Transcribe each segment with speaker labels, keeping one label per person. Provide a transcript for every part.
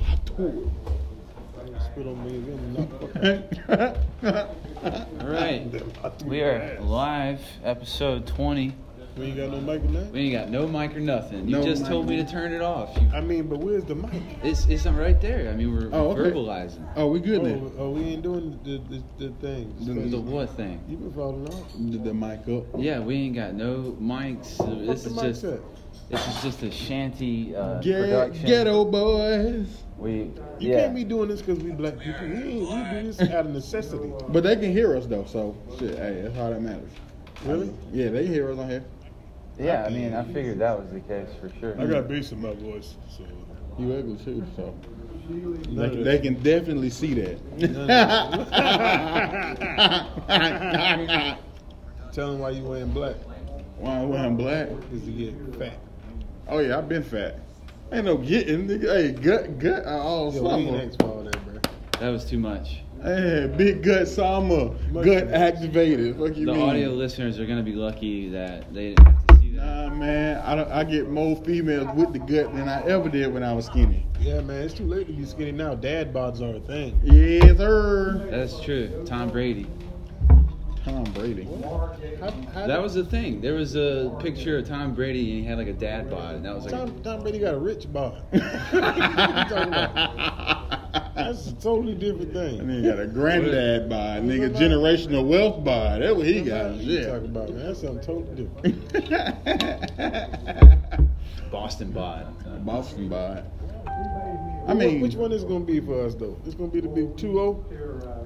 Speaker 1: I tore
Speaker 2: Spit on me again. knock the-
Speaker 1: it.
Speaker 3: All right.
Speaker 1: I tore
Speaker 3: We
Speaker 1: your
Speaker 3: are
Speaker 1: ass.
Speaker 3: live, episode 20.
Speaker 2: We ain't got no mic in that.
Speaker 3: We ain't got no mic or nothing. You
Speaker 1: No
Speaker 3: just
Speaker 1: mic.
Speaker 3: told me to turn it off. You,
Speaker 2: I mean, but where's the mic?
Speaker 3: it's, it's right there. I mean, we're
Speaker 1: Oh, okay.
Speaker 3: verbalizing.
Speaker 1: Oh, we good then.
Speaker 2: Oh, oh, we ain't doing the the, the thing.
Speaker 3: The, the what thing?
Speaker 2: You been falling off.
Speaker 1: Did the mic up.
Speaker 3: Yeah, we ain't got no mics. This
Speaker 2: the
Speaker 3: is
Speaker 2: mic
Speaker 3: just
Speaker 2: at?
Speaker 3: this is just a shanty uh,
Speaker 1: Get,
Speaker 3: production.
Speaker 1: ghetto boys.
Speaker 3: We
Speaker 2: You
Speaker 3: yeah.
Speaker 2: can't be doing this because we black people. We, ain't, we do this out of necessity.
Speaker 1: But they can hear us though, so shit, hey, that's all that matters.
Speaker 2: Really?
Speaker 1: Yeah, they can hear us on here.
Speaker 3: yeah, I mean, I figured that was the case for sure.
Speaker 2: I got bass in my voice, so
Speaker 1: You ugly too, so they
Speaker 2: none
Speaker 1: can,
Speaker 2: of
Speaker 1: they
Speaker 2: that-
Speaker 1: can definitely see that.
Speaker 2: tell them why you wearing black
Speaker 1: Why when I'm black?
Speaker 2: is to get fat.
Speaker 1: Oh yeah, I've been fat. Ain't no getting, nigga. Hey, gut, gut, I all
Speaker 2: Yo, we ain't
Speaker 1: summer.
Speaker 2: asked for all that, bro.
Speaker 3: That was too much.
Speaker 1: Hey, big gut summer, gut activated. Fuck you
Speaker 3: The
Speaker 1: mean?
Speaker 3: audio listeners are gonna be lucky that they didn't have to see that.
Speaker 1: Nah, man, I, don't- I get more females with the gut than I ever did when I was skinny.
Speaker 2: Yeah, man, it's too late to be skinny now. Dad bods are a thing.
Speaker 1: Yes, sir.
Speaker 3: That's true. Tom Brady.
Speaker 1: Tom Brady.
Speaker 2: How, how
Speaker 3: That was the thing. There was a picture of Tom Brady and he had like a dad bod, and that was like
Speaker 2: Tom, Tom Brady got a rich bod. What you talking about? That's a totally different
Speaker 1: That
Speaker 2: thing.
Speaker 1: nigga got a granddad bod, nigga.
Speaker 2: What?
Speaker 1: Generational wealth bod. That's what he got.
Speaker 2: What you talking about, man? That's something totally different.
Speaker 1: Yeah.
Speaker 3: Boston bod.
Speaker 1: Boston bod. I mean,
Speaker 2: which one is gonna be for us though? It's gonna be the big oh?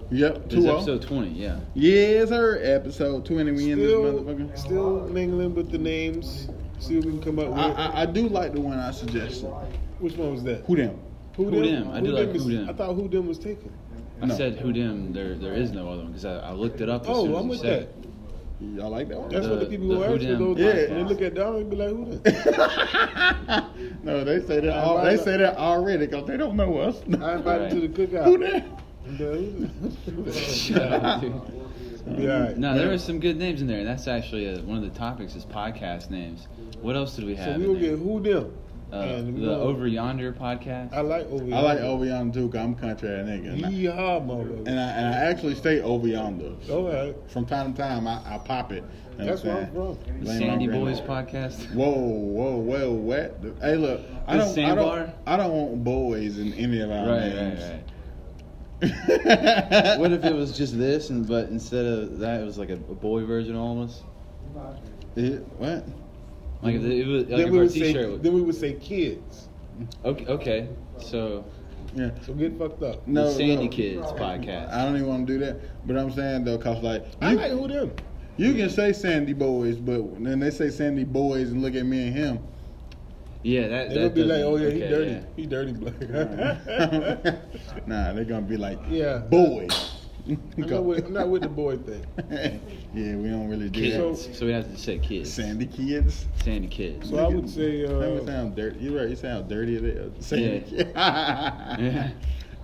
Speaker 2: 2-0?
Speaker 1: Yep,
Speaker 3: This
Speaker 1: two
Speaker 3: is
Speaker 1: episode.
Speaker 3: episode twenty. Yeah.
Speaker 1: Yes, sir. Episode twenty. We in this
Speaker 2: Still,
Speaker 1: motherfucker.
Speaker 2: still mingling with the names. See what we can come up with.
Speaker 1: I, I, I do like the one I suggested.
Speaker 2: which one was that?
Speaker 1: Who them?
Speaker 2: Who
Speaker 3: Who Dem? I do like
Speaker 2: is-
Speaker 3: Who Dem.
Speaker 2: I thought Who Dem was taken.
Speaker 3: I
Speaker 1: No.
Speaker 3: said who dim. There, there is no other one because I, I looked it up. As
Speaker 2: Oh,
Speaker 3: soon as
Speaker 2: I'm
Speaker 3: you
Speaker 2: with
Speaker 3: said
Speaker 2: that.
Speaker 3: it.
Speaker 1: Y'all like that one?
Speaker 2: That's what the
Speaker 3: The-
Speaker 2: people
Speaker 3: the
Speaker 2: who
Speaker 3: Who
Speaker 2: ask for
Speaker 3: Dem
Speaker 2: those.
Speaker 1: Yeah.
Speaker 2: They look at Don and be like, Who Dem?
Speaker 1: no, they say that. All, they say that already because they don't know us.
Speaker 2: I invited to the cookout.
Speaker 1: Who them?
Speaker 2: Yeah,
Speaker 3: No, there were some good names in there, and that's actually uh one of the topics is podcast names. What else did we have?
Speaker 2: So
Speaker 3: in
Speaker 2: we will
Speaker 3: there?
Speaker 2: get who them.
Speaker 3: uh,
Speaker 2: and we
Speaker 3: the
Speaker 2: gonna-
Speaker 3: Over Yonder podcast.
Speaker 2: I like over.
Speaker 1: I like over yonder too. 'cause I'm a country ass nigga, and I,
Speaker 2: Yeehaw, motherfucker.
Speaker 1: and I, and I actually stay over yonder.
Speaker 2: All right,
Speaker 1: From time to time, I, I pop it. You know
Speaker 2: that's
Speaker 1: what
Speaker 2: where
Speaker 1: I'm
Speaker 2: I'm
Speaker 1: saying?
Speaker 2: from.
Speaker 3: The
Speaker 1: Blame my
Speaker 3: Sandy
Speaker 1: grandma.
Speaker 3: Boys podcast.
Speaker 1: Whoa, whoa, whoa, what? The- Hey, look, I
Speaker 3: The
Speaker 1: don't, I don't,
Speaker 3: sandbar?
Speaker 1: I don't want boys in any of our
Speaker 3: Right,
Speaker 1: names.
Speaker 3: right, right. What if it was just this, and but instead of that, it was like a, a boy version almost?
Speaker 1: It- what?
Speaker 3: Like if it was Mm-hmm.
Speaker 2: then
Speaker 3: like if
Speaker 2: we
Speaker 3: our
Speaker 2: would say,
Speaker 3: T-shirt. was-
Speaker 2: then we would say kids.
Speaker 3: okay, okay, so
Speaker 1: Yeah.
Speaker 2: So get fucked up.
Speaker 1: No,
Speaker 3: the Sandy
Speaker 1: no.
Speaker 3: Kids podcast.
Speaker 1: I don't even want to do that. But I'm saying though, cause like
Speaker 2: I
Speaker 1: you,
Speaker 2: like who them.
Speaker 1: you can say Sandy Boys, but then they say Sandy Boys and look at me and him.
Speaker 3: yeah, that
Speaker 2: They
Speaker 3: that
Speaker 2: would be like,
Speaker 3: doesn't-
Speaker 2: oh yeah, he
Speaker 3: okay,
Speaker 2: dirty.
Speaker 3: yeah.
Speaker 2: He dirty black.
Speaker 1: nah, they're gonna be like,
Speaker 2: Yeah.
Speaker 1: boys.
Speaker 2: I'm, not with, I'm not with the boy thing.
Speaker 1: yeah, we don't really do
Speaker 2: So-
Speaker 3: Kids. So, we have to say
Speaker 1: that.
Speaker 3: kids.
Speaker 1: Sandy kids.
Speaker 3: Sandy kids.
Speaker 2: So I would say,
Speaker 1: That would
Speaker 2: uh,
Speaker 1: sound dirty. You're right. You sound dirty. as hell. Sandy kids.
Speaker 3: Yeah.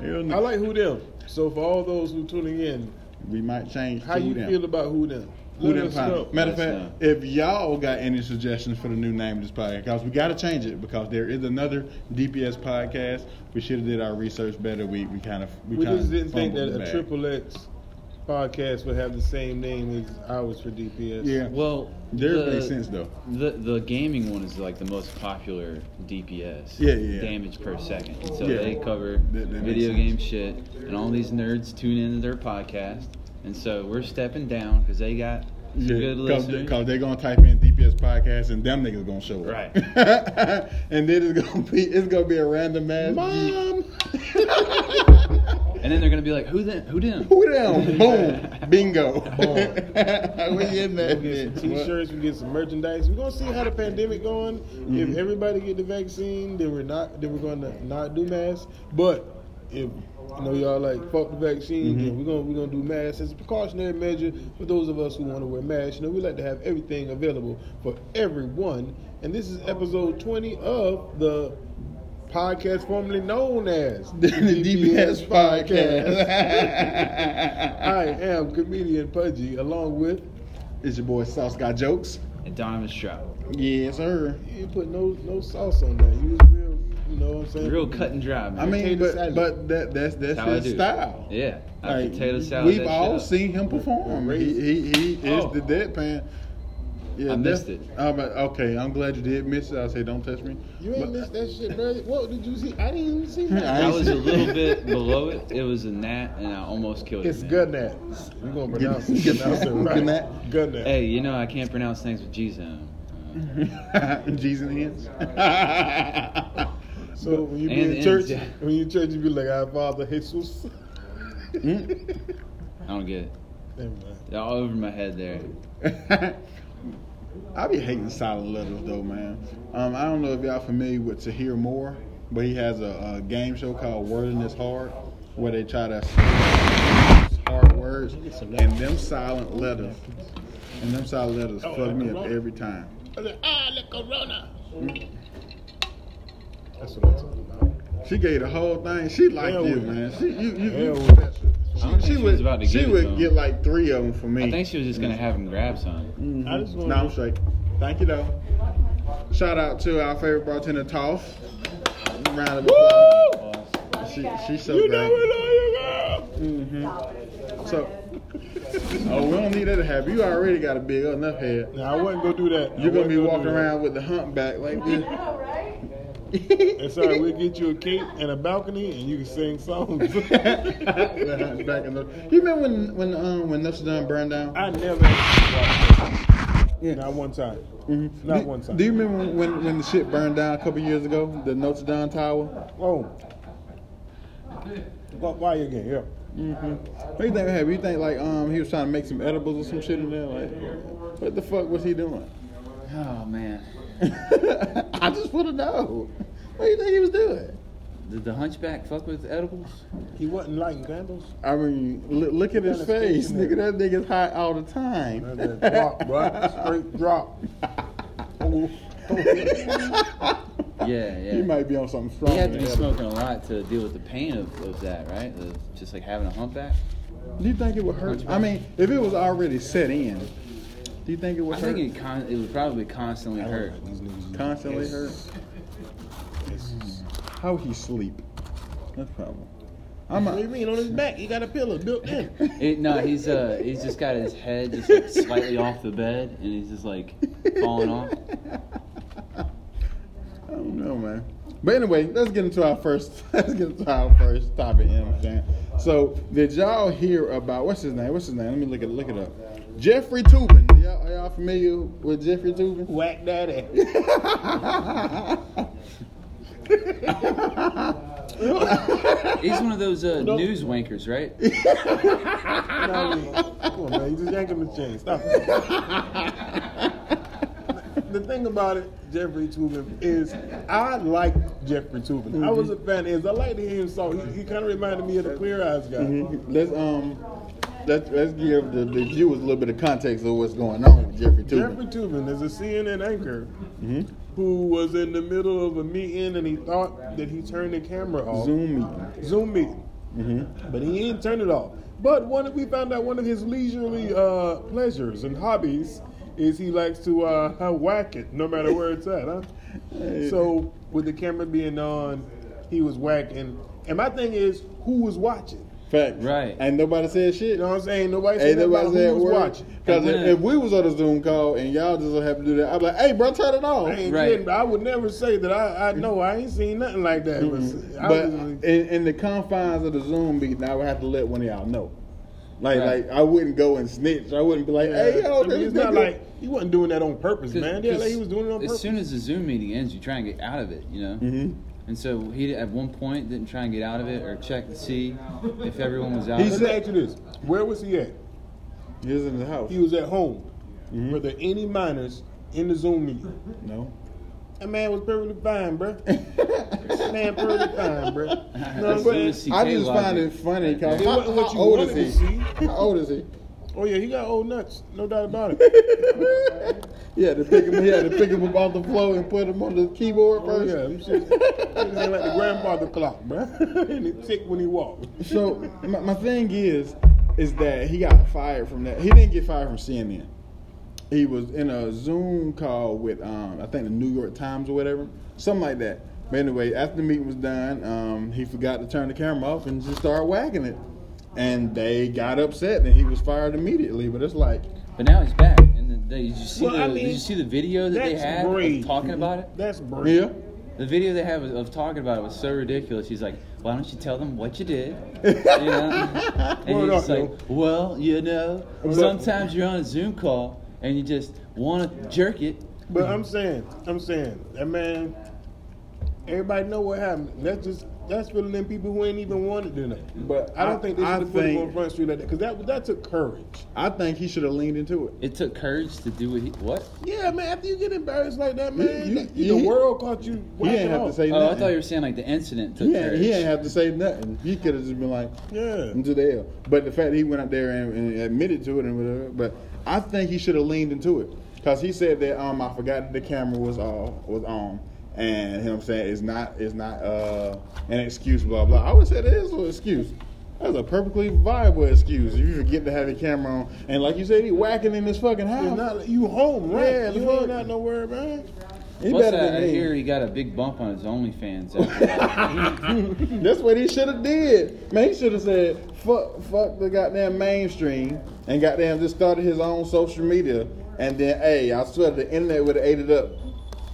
Speaker 1: Hell no.
Speaker 2: I like who them. So for all those who tuning in,
Speaker 1: We might change.
Speaker 2: how
Speaker 1: to
Speaker 2: you
Speaker 1: them.
Speaker 2: feel about who them?
Speaker 1: Who
Speaker 2: Let
Speaker 1: them
Speaker 2: us
Speaker 1: pop-
Speaker 2: know.
Speaker 1: Matter of
Speaker 3: Let us
Speaker 1: fact, if y'all got any suggestions for the new name of this podcast, because we got to change it because there is another DPS podcast. We should have did our research better. We we kind of we,
Speaker 2: We
Speaker 1: kind
Speaker 2: just didn't think that
Speaker 1: fumbled the
Speaker 2: a
Speaker 1: bag.
Speaker 2: triple X podcast would have the same name as ours for DPS.
Speaker 1: Yeah,
Speaker 3: Well,
Speaker 1: there
Speaker 3: the,
Speaker 1: makes sense though.
Speaker 3: The the gaming one is like the most popular DPS.
Speaker 1: Yeah, yeah, yeah.
Speaker 3: Damage per second. And so
Speaker 1: Yeah.
Speaker 3: they cover
Speaker 1: That- that makes
Speaker 3: video
Speaker 1: sense.
Speaker 3: game shit, and all these nerds tune into their podcast. And so we're stepping down because they got some good
Speaker 1: because
Speaker 3: listeners.
Speaker 1: they're gonna type in DPS podcast and them niggas gonna show up.
Speaker 3: Right.
Speaker 1: and then it's gonna be it's gonna be a random ass.
Speaker 2: Mom!
Speaker 3: And then they're gonna be like, who them? Who them?
Speaker 1: Who down? Boom! Bingo!
Speaker 2: Boom.
Speaker 1: we in
Speaker 2: We'll
Speaker 1: that
Speaker 2: get
Speaker 1: bitch.
Speaker 2: some t-shirts. We get some merchandise. We're gonna see how the pandemic going. If everybody get the vaccine, then we're not. Then we're gonna not do masks. But if you know y'all like fuck the vaccine, then we're gonna we're gonna do masks as a precautionary measure for those of us who want to wear masks. You know, we like to have everything available for everyone. And this is episode twenty of the podcast formerly known as
Speaker 1: the DPS
Speaker 2: I
Speaker 1: podcast.
Speaker 2: am comedian Pudgy, along with
Speaker 1: it's your boy Sauce Got Jokes.
Speaker 3: And Donovan Stroud.
Speaker 1: Yes, sir.
Speaker 2: You didn't put no no sauce on that. You was real, you know what I'm saying?
Speaker 3: Real cut and dry, man.
Speaker 1: I mean,
Speaker 2: Potato
Speaker 1: but,
Speaker 2: salad.
Speaker 1: but that that's that's
Speaker 3: That's how I
Speaker 1: his
Speaker 3: do.
Speaker 1: style.
Speaker 3: Yeah, I
Speaker 1: Like,
Speaker 3: potato salad.
Speaker 1: We've
Speaker 3: that
Speaker 1: all
Speaker 3: shit up.
Speaker 1: seen him perform. He he, he
Speaker 3: Oh.
Speaker 1: is the deadpan. Yeah,
Speaker 3: I missed
Speaker 1: that's-
Speaker 3: it.
Speaker 1: I'm like, okay, I'm glad you did miss it. I say, don't touch me.
Speaker 2: You ain't
Speaker 1: But-
Speaker 2: missed that shit, bro. What did you see? I didn't even see
Speaker 1: I
Speaker 2: that.
Speaker 3: I
Speaker 1: ain't
Speaker 3: was a
Speaker 1: seen-
Speaker 3: little bit below it. It was a gnat, and I almost killed
Speaker 2: It's
Speaker 3: it. man.
Speaker 2: good net. You gonna pronounce it?
Speaker 1: Good-
Speaker 2: pronounce it
Speaker 1: good
Speaker 2: right.
Speaker 1: net.
Speaker 2: Good net.
Speaker 3: Hey, you know I can't pronounce things with G's in them. Uh,
Speaker 1: G's and N's.
Speaker 2: So when you be
Speaker 3: And-
Speaker 2: in
Speaker 3: and-
Speaker 2: church,
Speaker 3: yeah.
Speaker 2: when you in church, you be like, "Our Father Jesus."
Speaker 1: Mm.
Speaker 3: I don't get it.
Speaker 2: Never mind.
Speaker 3: They're all over my head there.
Speaker 1: I be hating silent letters though, man. Um, I don't know if y'all familiar with Tahir Moore, but he has a, a game show called Wording Is Hard, where they try to hard words and them silent letters, and them silent letters fuck me up every time.
Speaker 2: That's what I'm talking about.
Speaker 1: She gave the whole thing. She liked
Speaker 2: Hell
Speaker 1: you,
Speaker 2: yeah.
Speaker 1: man. She you you.
Speaker 2: Hell
Speaker 1: you
Speaker 2: with
Speaker 1: she,
Speaker 3: I don't think
Speaker 1: she
Speaker 3: she was
Speaker 1: would,
Speaker 3: about to
Speaker 1: she
Speaker 3: give it to
Speaker 1: would
Speaker 3: him.
Speaker 1: get like three of them for me.
Speaker 3: I think she was just gonna have him grab some.
Speaker 1: Mm-hmm.
Speaker 2: I just
Speaker 1: No, I'm
Speaker 2: want.
Speaker 1: straight. Thank you, though. Shout out to our favorite bartender, Toff. Round of applause. She, she's so great. So, oh, we don't need that to happen. You already got a big enough head.
Speaker 2: Nah, I wouldn't go do that. I
Speaker 1: You're gonna
Speaker 2: wouldn't
Speaker 1: be
Speaker 2: go do
Speaker 1: walking
Speaker 2: that.
Speaker 1: around with the humpback like this.
Speaker 4: know, right?
Speaker 2: It's all right. We'll get you a cake and a balcony, and you can sing songs.
Speaker 1: With the humpback and the- you remember when when um when Notre Dame burned down?
Speaker 2: I never. actually watched it.
Speaker 1: Yeah.
Speaker 2: Not one time.
Speaker 1: Mhm.
Speaker 2: Not
Speaker 1: do,
Speaker 2: one time.
Speaker 1: Do you remember when when the shit burned down a couple years ago? The Notre Dame Tower.
Speaker 2: Whoa. Oh. Why, why you again? Yeah.
Speaker 1: Mm-hmm. What do you think happened? You think like um he was trying to make some edibles or some shit in there? Like, what the fuck was he doing?
Speaker 3: Oh man,
Speaker 1: I just want to know. What do you think he was doing?
Speaker 3: did the hunchback fuck with edibles?
Speaker 2: He wasn't lighting candles.
Speaker 1: I mean, l- look at his
Speaker 2: Kinda
Speaker 1: face,
Speaker 2: stinking
Speaker 1: nigga. That nigga's hot all the time.
Speaker 2: That drop, bro. Straight drop. Oh,
Speaker 3: Yeah, yeah.
Speaker 1: He might be on something strong.
Speaker 3: You have to be
Speaker 1: than
Speaker 3: smoking a lot to deal with the pain of, of that, right? Of just like having a humpback.
Speaker 1: edibles. Do you think it would hurt? I mean, if it was already set in, do you think it would
Speaker 3: I
Speaker 1: hurt?
Speaker 3: think it con- it would probably constantly hurt.
Speaker 1: Constantly hurt. How he sleep? That's the problem. I'm
Speaker 2: What do you
Speaker 1: a,
Speaker 2: mean on his back? He got a pillow built in.
Speaker 3: It, no, he's uh he's just got his head just like slightly off the bed, and he's just like falling off.
Speaker 1: I don't know, man. But anyway, let's get into our first. Let's get into our first topic. You know what I'm saying? So, did y'all hear about what's his name? What's his name? Let me look it look it up. Jeffrey Tubin. Y'all, are y'all familiar with Jeffrey Tubin?
Speaker 2: Whack daddy.
Speaker 3: He's one of those uh, news wankers, right?
Speaker 2: You know what I mean? Come on, man. You just yanking the chain. Stop it. the thing about it, Jeffrey Tubin, is I like Jeffrey Tubin. I was a fan of his. I liked to hear him song. He, he kind of reminded me of the Clear Eyes guy.
Speaker 1: Mm-hmm. let's um, let's let's give the, the viewers a little bit of context of what's going on with Jeffrey
Speaker 2: Jeffrey
Speaker 1: Tubin.
Speaker 2: Tubin is a CNN anchor who was in the middle of a meeting and he thought that he turned the camera off.
Speaker 1: Zoom meeting.
Speaker 2: Zoom meeting.
Speaker 1: Mm-hmm.
Speaker 2: But he ain't turn it off. But one of, we found out one of his leisurely uh, pleasures and hobbies is he likes to uh, whack it no matter where it's at, huh? So with the camera being on, he was whacking. And my thing is, who was watching?
Speaker 1: Facts.
Speaker 3: Right.
Speaker 1: Ain't nobody said shit.
Speaker 2: You know what I'm saying? Nobody said
Speaker 1: Ain't
Speaker 2: nothing
Speaker 1: nobody
Speaker 2: about who
Speaker 1: said
Speaker 2: was
Speaker 1: word.
Speaker 2: watching.
Speaker 1: Because
Speaker 3: And then-
Speaker 1: if we was on a Zoom call and y'all just don't have to do that, I'd be like, hey, bro, turn it
Speaker 2: I
Speaker 1: off.
Speaker 2: ain't
Speaker 3: Right.
Speaker 2: kidding. I would never say that I, I know I ain't seen nothing like that. But, I
Speaker 1: Mm-hmm. But
Speaker 2: was-
Speaker 1: in, in the confines of the Zoom meeting, I would have to let one of y'all know. Like,
Speaker 3: Right.
Speaker 1: like I wouldn't go and snitch. I wouldn't be like, hey, yo,
Speaker 2: I mean,
Speaker 1: this
Speaker 2: it's not
Speaker 1: nigga-
Speaker 2: like he wasn't doing that on purpose,
Speaker 3: 'Cause-
Speaker 2: man. Yeah, like
Speaker 3: 'cause
Speaker 2: he was doing it on purpose. Mm-hmm.
Speaker 3: As soon as the Zoom meeting ends, you try and get out of it, you know.
Speaker 1: Mhm.
Speaker 3: And so he at one point didn't try and get out of it or check to see if everyone was out.
Speaker 1: He
Speaker 2: Let
Speaker 1: said-
Speaker 2: me ask you this: Where was he at?
Speaker 1: He was in the house.
Speaker 2: He was at home.
Speaker 1: Mm-hmm.
Speaker 2: Were there any minors in the Zoom meeting?
Speaker 1: no.
Speaker 2: That man was perfectly fine, bruh. That man perfectly fine, bruh. You know what I'm
Speaker 3: That's
Speaker 2: saying?
Speaker 3: Lucy
Speaker 1: I
Speaker 3: K
Speaker 1: just
Speaker 3: logic.
Speaker 1: find it funny because
Speaker 2: It
Speaker 1: how,
Speaker 2: wasn't what
Speaker 1: how
Speaker 2: you
Speaker 1: old
Speaker 2: wanted
Speaker 1: is
Speaker 2: to
Speaker 1: he?
Speaker 2: see.
Speaker 1: How old is he?
Speaker 2: Oh yeah, he got old nuts, no doubt about it.
Speaker 1: he had to pick him. He had to pick him up off the floor and put him on the keyboard
Speaker 2: oh
Speaker 1: first.
Speaker 2: yeah, I'm sure. Niggas ain't like the grandfather clock, bruh. and it ticked when he walked.
Speaker 1: So my, my thing is, is that he got fired from that. He didn't get fired from CNN. He was in a Zoom call with, um, I think the New York Times or whatever, something like that. But anyway, after the meeting was done, um, he forgot to turn the camera off and just started whacking it. And they got upset, and he was fired immediately. But it's like,
Speaker 3: But now he's back. And the, did you see
Speaker 2: Well,
Speaker 3: the
Speaker 2: I mean,
Speaker 3: did you see the video that they
Speaker 2: That's
Speaker 3: had
Speaker 2: brave.
Speaker 3: of talking about it?
Speaker 2: That's brave.
Speaker 1: yeah,
Speaker 3: The video they had was, of talking about it was so ridiculous. He's like, "Why don't you tell them what you did?" You know? and
Speaker 2: Word up,
Speaker 3: he's just
Speaker 2: yo.
Speaker 3: like, "Well, you know,
Speaker 2: But-
Speaker 3: sometimes you're on a Zoom call and you just want to jerk it."
Speaker 2: But I'm saying, I'm saying, that man. Everybody know what happened. That's just that's really them people who ain't even wanted to know.
Speaker 1: But
Speaker 2: I don't
Speaker 1: I-
Speaker 2: think they
Speaker 1: I
Speaker 2: should have put him
Speaker 1: think-
Speaker 2: on front street like that because that that took courage.
Speaker 1: I think he should have leaned into it.
Speaker 3: It took courage to do what? He, what?
Speaker 2: Yeah, man. After you get embarrassed like that, man,
Speaker 1: You-
Speaker 2: the-
Speaker 1: you-
Speaker 2: the world caught you.
Speaker 1: He
Speaker 2: whacking
Speaker 1: ain't have to
Speaker 2: off.
Speaker 1: say
Speaker 3: Oh, I
Speaker 1: nothing.
Speaker 3: thought you were saying like the incident took
Speaker 1: he, ain't,
Speaker 3: courage.
Speaker 1: he ain't have to say nothing. He could have just been like,
Speaker 2: Yeah.
Speaker 1: into the L. But the fact that he went out there and, and admitted to it and whatever, but I think he should have leaned into it because he said that um I forgot that the camera was off was on. And you know what I'm saying it's not it's not uh an excuse blah blah. I would say that is an excuse. That's a perfectly viable excuse. You forget to have the camera on, and like you said, he whacking in his fucking
Speaker 2: It's
Speaker 1: house.
Speaker 2: not like- you home, right?
Speaker 1: Yeah,
Speaker 2: you
Speaker 1: look.
Speaker 2: ain't out nowhere, man.
Speaker 1: he
Speaker 3: Plus,
Speaker 1: better
Speaker 3: I,
Speaker 1: than
Speaker 3: I hear
Speaker 1: me.
Speaker 3: he got a big bump on his OnlyFans. After that.
Speaker 1: That's what he should have did. Man, he should have said, fuck, fuck the goddamn mainstream and goddamn just started his own social media. And then, hey, I swear the internet would have ate it up.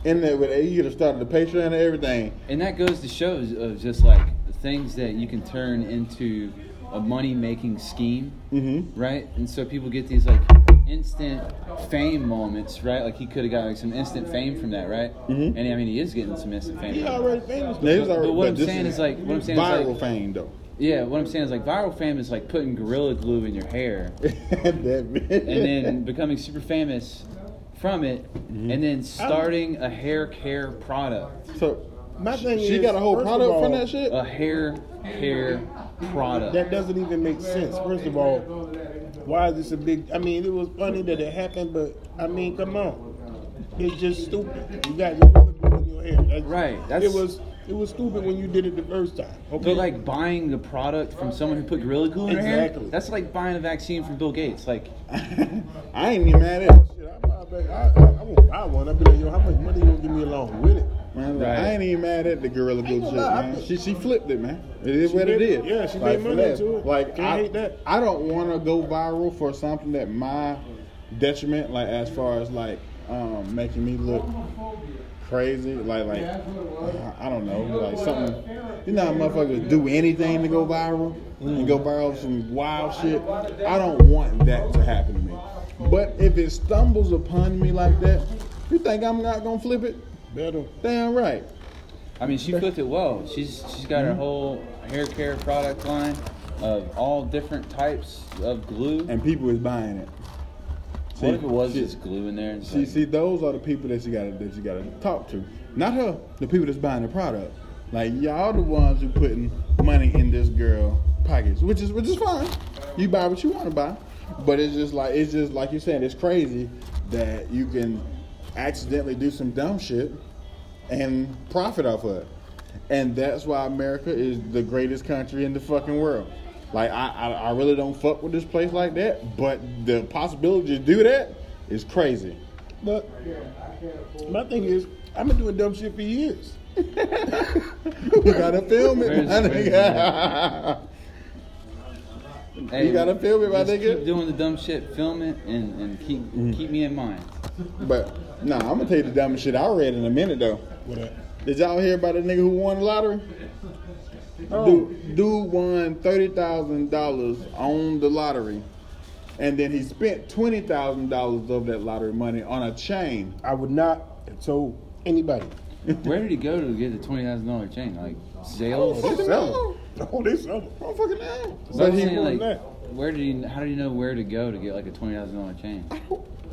Speaker 1: Internet would have, he would have started the Patreon and everything.
Speaker 3: and that goes to shows of just like the things that you can turn into a money making scheme, mm-hmm. right? And so people get these like instant fame moments, right? Like he could have got like some instant fame from that, right? Mm-hmm. And I mean, he is getting some instant fame.
Speaker 2: He
Speaker 3: from it.
Speaker 2: already famous.
Speaker 1: Now, he was
Speaker 3: But- but
Speaker 1: already-
Speaker 3: what I'm
Speaker 1: this
Speaker 3: saying is like- what I'm saying is
Speaker 1: viral
Speaker 3: like-
Speaker 1: fame though.
Speaker 3: Yeah, what I'm saying is like viral fame is like putting gorilla glue in your hair
Speaker 1: that bitch.
Speaker 3: and then becoming super famous from it, and then starting a hair care product,
Speaker 1: so
Speaker 2: My thing
Speaker 1: she
Speaker 2: is,
Speaker 1: got a whole
Speaker 2: first of
Speaker 1: product
Speaker 2: all,
Speaker 1: from that shit.
Speaker 3: a hair care product.
Speaker 2: That doesn't even make sense. First of all, why is this a big? I mean, it was funny that it happened, but I mean, come on, it's just stupid. You got your bullet glue in your hair. That's,
Speaker 3: Right,
Speaker 2: it
Speaker 3: that's-
Speaker 2: was it was stupid when you did it the first time. Okay.
Speaker 3: But like buying the product from someone who put Gorilla Glue in their
Speaker 2: Exactly.
Speaker 3: hair, that's like buying a vaccine from Bill Gates. Like,
Speaker 1: I ain't even mad at it.
Speaker 2: Shit, I, buy back- I, I, I won't buy one. I be like, yo, how much money you gonna give me along with it?
Speaker 1: Man,
Speaker 3: Right.
Speaker 1: I ain't even mad at the gorilla glue
Speaker 2: Ain't no
Speaker 1: shit,
Speaker 2: lie, I
Speaker 1: man.
Speaker 2: put-
Speaker 1: She she flipped it, man. It is what it is.
Speaker 2: did- yeah, she made
Speaker 1: for
Speaker 2: money
Speaker 1: that,
Speaker 2: to it.
Speaker 1: Like
Speaker 2: Can't
Speaker 1: I,
Speaker 2: hate that.
Speaker 1: I don't want to go viral for something that my detriment, like as far as like um, making me look crazy, like like I- I don't know, like something. You know, how motherfuckers do anything to go viral and go viral with some wild shit. I don't want that to happen to me. But if it stumbles upon me like that, you think I'm not gonna flip it?
Speaker 2: Better.
Speaker 1: Damn right.
Speaker 3: I mean, she flipped it well. She's she's got
Speaker 1: Mm-hmm.
Speaker 3: her whole hair care product line of all different types of glue.
Speaker 1: and people is buying it. See,
Speaker 3: what if it was
Speaker 1: she,
Speaker 3: just glue in there? It's
Speaker 1: she,
Speaker 3: like-
Speaker 1: see, those are the people that you gotta that you gotta talk to, not her. The people that's buying the product, like y'all, the ones who putting money in this girl pockets, which is which is fine. You buy what you want to buy, but it's just like it's just like you're saying, it's crazy that you can accidentally do some dumb shit and profit off of it. And that's why America is the greatest country in the fucking world. Like I, I, I really don't fuck with this place like that, but the possibility to do that is crazy.
Speaker 2: But my thing is, I've been doing dumb shit for years.
Speaker 1: You gotta film it, my
Speaker 3: Crazy, crazy,
Speaker 1: nigga.
Speaker 3: Hey,
Speaker 1: you gotta film it, my
Speaker 3: just
Speaker 1: nigga. Mm-hmm.
Speaker 3: Keep doing the dumb shit, film it, and, and keep keep me in mind.
Speaker 1: but nah, I'm gonna tell you the dumbest shit I read in a minute though.
Speaker 2: What up?
Speaker 1: Did y'all hear about the nigga who won the lottery?
Speaker 3: Oh.
Speaker 1: Dude, dude won thirty thousand dollars on the lottery, and then he spent twenty thousand dollars of that lottery money on a chain.
Speaker 2: I would not have told anybody.
Speaker 3: Where did he go to get the twenty thousand dollar chain? Like sales?
Speaker 1: fuck. Fucking
Speaker 2: They sell them. Oh, they sell them.
Speaker 1: I don't fucking know.
Speaker 3: So
Speaker 1: But
Speaker 3: I'm
Speaker 1: he,
Speaker 3: saying, like,
Speaker 2: that.
Speaker 3: where did he? How did he know where to go to get like a twenty thousand dollar chain?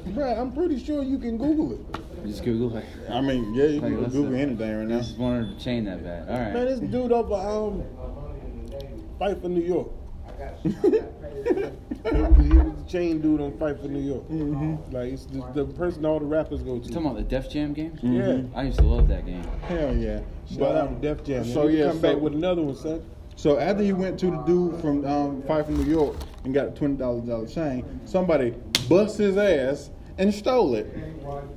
Speaker 2: Bruh, I'm pretty sure you can Google it.
Speaker 3: Just Google like.
Speaker 1: I mean, yeah, you can
Speaker 3: Like,
Speaker 1: Google
Speaker 3: listen.
Speaker 1: anything right
Speaker 3: I
Speaker 1: now.
Speaker 3: just wanted to chain that bad. All right.
Speaker 2: Man, this dude over um Fight for New York. he, was, he was the chain dude on Fight for New York. Like it's the, the person all the rappers go to.
Speaker 3: You talking about the Def Jam game?
Speaker 2: Yeah.
Speaker 3: I used to love that game.
Speaker 1: Hell yeah.
Speaker 2: Shout
Speaker 1: But
Speaker 2: out to Def Jam. man.
Speaker 1: So
Speaker 2: He
Speaker 1: yeah,
Speaker 2: come
Speaker 1: so-
Speaker 2: back with another one, son.
Speaker 1: So after he went to the dude from um, Fight from New York and got a twenty thousand dollar chain, somebody bust his ass and stole it.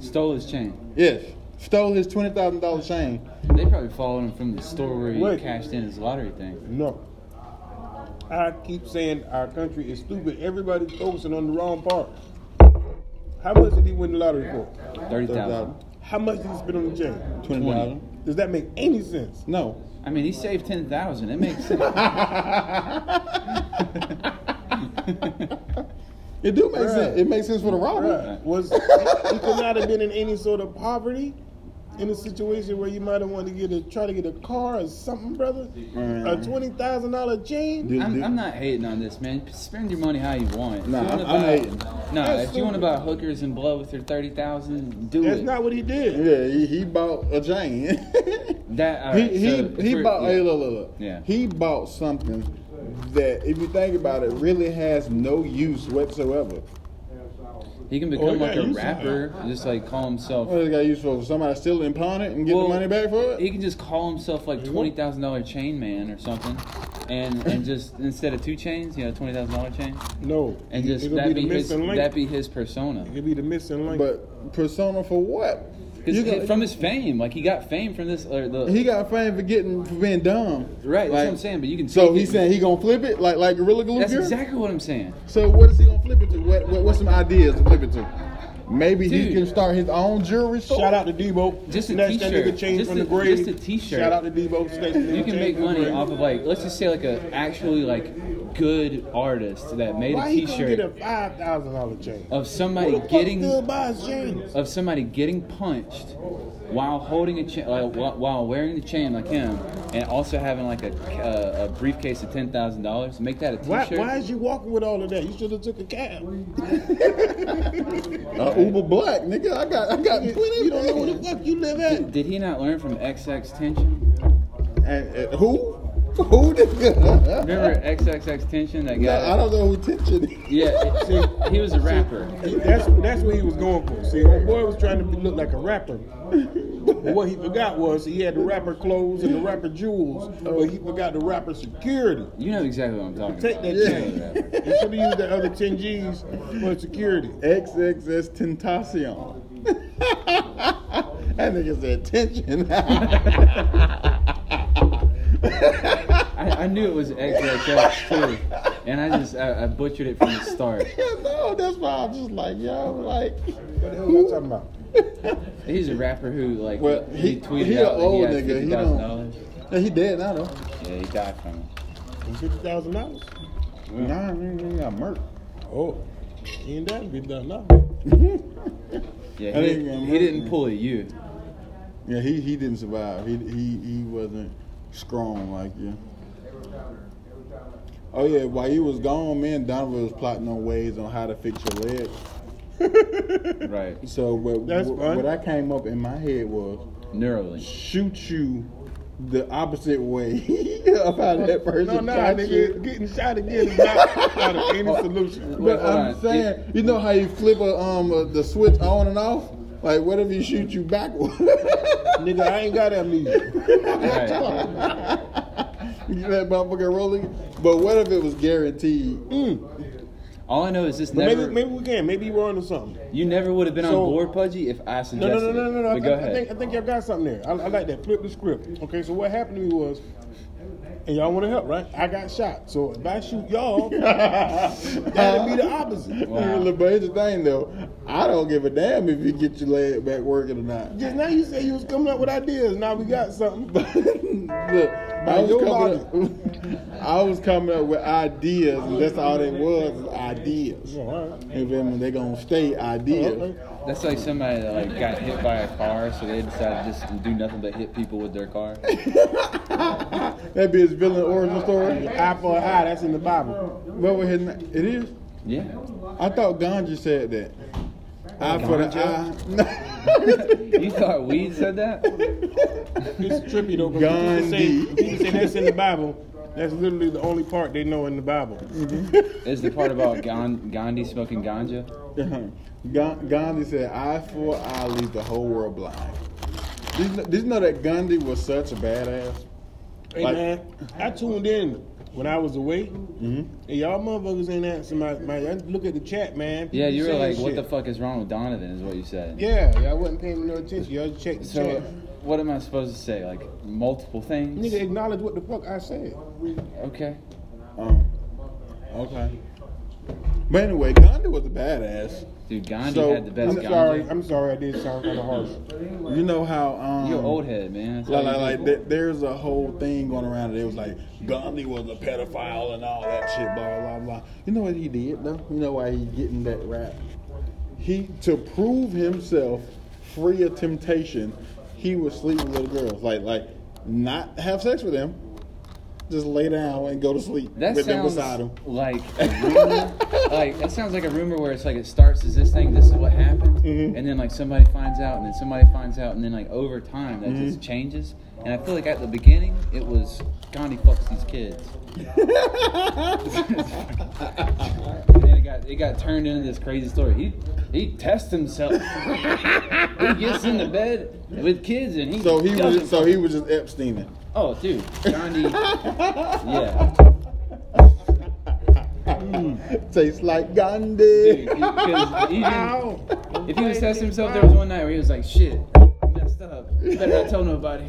Speaker 3: Stole his chain.
Speaker 1: Yes. Stole his twenty thousand dollar chain.
Speaker 3: They probably followed him from the store where he
Speaker 2: Wait.
Speaker 3: cashed in his lottery thing.
Speaker 2: No. I keep saying our country is stupid. Everybody's focusing on the wrong part. How much did he win the lottery for?
Speaker 3: Thirty thousand.
Speaker 2: How much did he spend on the jail?
Speaker 1: Twenty thousand.
Speaker 2: Does that make any sense?
Speaker 1: No.
Speaker 3: I mean, he saved ten thousand. It makes sense.
Speaker 1: It do make
Speaker 2: Bruh.
Speaker 1: sense. It makes sense for the robber.
Speaker 2: Bruh, was he could not have been in any sort of poverty in a situation where you might have wanted to get a try to get a car or something, brother?
Speaker 1: Bruh.
Speaker 2: A twenty thousand dollar chain?
Speaker 1: Dude,
Speaker 3: I'm,
Speaker 1: dude.
Speaker 3: I'm not hating on this, man. Spend your money how you want.
Speaker 1: Nah,
Speaker 3: If you wanna
Speaker 1: I'm- I'm
Speaker 3: buy-
Speaker 1: hating.
Speaker 3: Nah,
Speaker 2: That's
Speaker 3: if you want to
Speaker 2: stupid.
Speaker 3: buy hookers and blow with your thirty thousand, do
Speaker 2: That's
Speaker 3: it.
Speaker 2: not what he did.
Speaker 1: Yeah, he, he bought a chain.
Speaker 3: that all
Speaker 1: he
Speaker 3: right,
Speaker 1: he,
Speaker 3: so if
Speaker 1: he
Speaker 3: we're-
Speaker 1: bought.
Speaker 3: yeah.
Speaker 1: Hey, look, look, look.
Speaker 3: Yeah.
Speaker 1: He bought something that, if you think about it, really has no use whatsoever.
Speaker 3: He can become
Speaker 2: Oh, yeah,
Speaker 3: like a
Speaker 2: you-
Speaker 3: rapper, just like call himself.
Speaker 1: What does it got use for? Somebody steal it and pawn it and get
Speaker 3: Well,
Speaker 1: the money back for it?
Speaker 3: He can just call himself like
Speaker 2: Mm-hmm.
Speaker 3: twenty thousand dollar chain man or something, and and just instead of two chains, you know, twenty thousand dollar chain,
Speaker 2: No.
Speaker 3: and just
Speaker 2: it'll
Speaker 3: that
Speaker 2: be
Speaker 3: be,
Speaker 2: the
Speaker 3: his
Speaker 2: missing link.
Speaker 3: that be his persona.
Speaker 2: it'll be the missing link.
Speaker 1: but persona for what? You
Speaker 3: Because
Speaker 1: got-
Speaker 3: from his fame, like he got fame from this. Or the,
Speaker 1: he got fame for getting for being dumb.
Speaker 3: right,
Speaker 1: Like,
Speaker 3: that's what I'm saying. But you can.
Speaker 1: So
Speaker 3: take
Speaker 1: he's
Speaker 3: it-
Speaker 1: saying he gonna flip it like like Gorilla Glue.
Speaker 3: That's
Speaker 1: Gear?
Speaker 3: exactly what I'm saying.
Speaker 1: So what is he gonna flip it to? What, what what's some ideas to flip it to? Maybe he
Speaker 3: Dude.
Speaker 1: can start his own jewelry store.
Speaker 2: Shout out to Debo.
Speaker 3: Just a
Speaker 2: Snatched that
Speaker 3: t-shirt.
Speaker 2: nigga chain
Speaker 3: Just
Speaker 2: from
Speaker 3: a-
Speaker 2: the grave.
Speaker 3: just a t-shirt.
Speaker 2: Shout out to Debo. Snatched that
Speaker 3: You
Speaker 2: nigga
Speaker 3: can
Speaker 2: chain
Speaker 3: make
Speaker 2: from the
Speaker 3: money
Speaker 2: grave.
Speaker 3: off of like let's just say like a actually like good artist that made
Speaker 2: Why
Speaker 3: a
Speaker 2: he couldn't
Speaker 3: T-shirt
Speaker 2: get a five thousand dollar chain?
Speaker 3: of
Speaker 2: Who
Speaker 3: somebody
Speaker 2: the fuck
Speaker 3: getting
Speaker 2: still buys chains?
Speaker 3: of somebody getting punched while holding a chain, like, wh- while wearing the chain like him, and also having like a uh, a briefcase of ten thousand dollars. Make that a
Speaker 2: Why,
Speaker 3: T-shirt.
Speaker 2: why is you walking with all of that? You should have took a cab.
Speaker 1: Uh, Uber Black, nigga. I got I got plenty.
Speaker 2: You don't know where the fuck you live at.
Speaker 3: Did he not learn from XX Tension?
Speaker 1: And, and who? Who nigga?
Speaker 3: Remember XX Tension? That
Speaker 1: No,
Speaker 3: guy.
Speaker 1: I don't know who tension is.
Speaker 3: Yeah, see, he was a rapper.
Speaker 2: That's that's what he was going for. See, old boy was trying to be, look like a rapper. But what he forgot was he had the rapper clothes and the rapper jewels, but he forgot the rapper security.
Speaker 3: You know exactly what I'm talking
Speaker 2: Take
Speaker 3: about.
Speaker 2: that
Speaker 1: Yeah.
Speaker 2: chain. and should have used that other ten G's for security.
Speaker 1: XXS Tentacion. that nigga said tension.
Speaker 3: I, I knew it was XXX too, and I just I, I butchered it from the start.
Speaker 1: yeah, no, that's why I'm just like, yo, like.
Speaker 2: What the hell am I talking about?
Speaker 3: He's a rapper who like
Speaker 1: Well,
Speaker 3: he,
Speaker 1: he-
Speaker 3: tweeted
Speaker 1: he
Speaker 3: out
Speaker 1: a
Speaker 3: that he
Speaker 1: old
Speaker 3: had
Speaker 1: nigga, he
Speaker 3: fifty thousand dollars.
Speaker 1: don't- Yeah, he dead now though.
Speaker 3: Yeah, he died from it.
Speaker 2: Fifty thousand dollars.
Speaker 1: Nah, nigga, he got murked.
Speaker 2: Oh, he ain't that fifty thousand dollars.
Speaker 3: Yeah,
Speaker 1: I
Speaker 3: he,
Speaker 1: didn't
Speaker 3: didn't,
Speaker 1: get
Speaker 3: he
Speaker 1: murdered,
Speaker 3: didn't
Speaker 1: man.
Speaker 3: pull a U.
Speaker 1: Yeah, he he didn't survive. He he he wasn't strong like you. Oh yeah, while you was gone, man, Donovan was plotting on ways on how to fix your leg.
Speaker 3: Right.
Speaker 1: So what
Speaker 2: That's
Speaker 1: what,
Speaker 2: fun.
Speaker 1: what I came up in my head was
Speaker 3: Neuralink.
Speaker 1: shoot you the opposite way of how that person
Speaker 2: No, no,
Speaker 1: shot
Speaker 2: nigga,
Speaker 1: you.
Speaker 2: getting shot again is not, not any solution.
Speaker 3: Wait,
Speaker 1: But
Speaker 3: hold
Speaker 1: I'm
Speaker 3: on.
Speaker 1: saying, you know how you flip a, um uh the switch on and off. Like, what if he shoot you backwards?
Speaker 2: Nigga, I ain't got amnesia.
Speaker 3: Right.
Speaker 1: you let motherfucker rolling. But what if it was guaranteed?
Speaker 3: All I know is this
Speaker 2: But
Speaker 3: never.
Speaker 2: maybe, maybe we can. Maybe we're onto something.
Speaker 3: you never would have been
Speaker 2: So-
Speaker 3: on board, Pudgy, if I
Speaker 2: No,
Speaker 3: suggested.
Speaker 2: no, no, no, no, no.
Speaker 3: It.
Speaker 2: I,
Speaker 3: But go
Speaker 2: think- I
Speaker 3: ahead.
Speaker 2: think I think y'all got something there. I, I like that. Flip the script. Okay, so what happened to me was, and y'all want to help, right? I got shot. So if I shoot y'all, that'll be the opposite.
Speaker 3: Wow.
Speaker 1: Look, But here's the thing, though. I don't give a damn if you get your leg back working or not.
Speaker 2: Just now you said you was coming up with ideas. Now we got something.
Speaker 1: Look, I was,
Speaker 2: your
Speaker 1: coming up, I was coming up with ideas, and that's all it was, is ideas.
Speaker 2: Yeah, all right.
Speaker 1: And then they're going to stay
Speaker 2: Okay.
Speaker 1: ideas.
Speaker 3: That's like somebody that like got hit by a car, so they decided just to do nothing but hit people with their car.
Speaker 1: That be his villain origin story.
Speaker 2: Eye for an eye. That's in the Bible.
Speaker 1: What was his name? It is?
Speaker 3: Yeah.
Speaker 1: I thought Gandhi said that. Eye for the eye.
Speaker 3: You thought weed said that?
Speaker 2: It's trippy though. 'cause People say,
Speaker 1: Gandhi.
Speaker 2: people say that's in the Bible. That's literally the only part they know in the Bible.
Speaker 3: Is the part about Gan- Gandhi smoking ganja?
Speaker 1: Gan- Gandhi said, "Eye for eye leaves the whole world blind." Did you, know, did you know that Gandhi was such a badass?
Speaker 2: Hey
Speaker 1: Like-
Speaker 2: man, I tuned in when I was away,
Speaker 3: Mm-hmm.
Speaker 2: and y'all motherfuckers ain't answering my, my. I look at the chat, man.
Speaker 3: Yeah,
Speaker 2: People
Speaker 3: you were
Speaker 2: saying
Speaker 3: like, what
Speaker 2: shit.
Speaker 3: the fuck is wrong with Donovan? Is what you said.
Speaker 2: Yeah, y'all wasn't paying me no attention. Y'all just checked the
Speaker 3: So,
Speaker 2: chat.
Speaker 3: what am I supposed to say? Like multiple things?
Speaker 2: Nigga, acknowledge what the fuck I said.
Speaker 3: Okay.
Speaker 1: Um, okay. But anyway, Gandhi was a badass.
Speaker 3: Dude, Gandhi
Speaker 1: So,
Speaker 3: had the
Speaker 2: I'm
Speaker 3: best Gandhi.
Speaker 2: sorry. I'm sorry. I did sound kind of harsh.
Speaker 1: You know how um,
Speaker 3: You're old head, man. That's
Speaker 1: Like,
Speaker 3: how
Speaker 1: like,
Speaker 3: you do
Speaker 1: like
Speaker 3: it.
Speaker 1: th- there's a whole thing going around. It was like Gandhi was a pedophile and all that shit, blah blah blah. You know what he did though? You know why he's getting that rap? He to prove himself free of temptation, he would sleep with little girls, like like not have sex with them, just lay down and go to sleep
Speaker 3: That
Speaker 1: with them
Speaker 3: sounds
Speaker 1: beside him.
Speaker 3: like a rumor. like that sounds like a rumor where it's like it starts as this thing, this is what happened,
Speaker 1: Mm-hmm.
Speaker 3: and then like somebody finds out, and then somebody finds out, and then like over time that
Speaker 1: Mm-hmm.
Speaker 3: just changes. And I feel like at the beginning it was Gandhi fucks these kids. and then it got it got turned into this crazy story. He he tests himself. he gets into bed with kids and he
Speaker 1: So he
Speaker 3: doesn't
Speaker 1: was so he was just Epsteining.
Speaker 3: Oh, dude, Gandhi. yeah,
Speaker 1: Tastes like Gandhi.
Speaker 3: dude. Because if he was testing himself, there was one night where he was like, "Shit, I messed up. Better not tell nobody."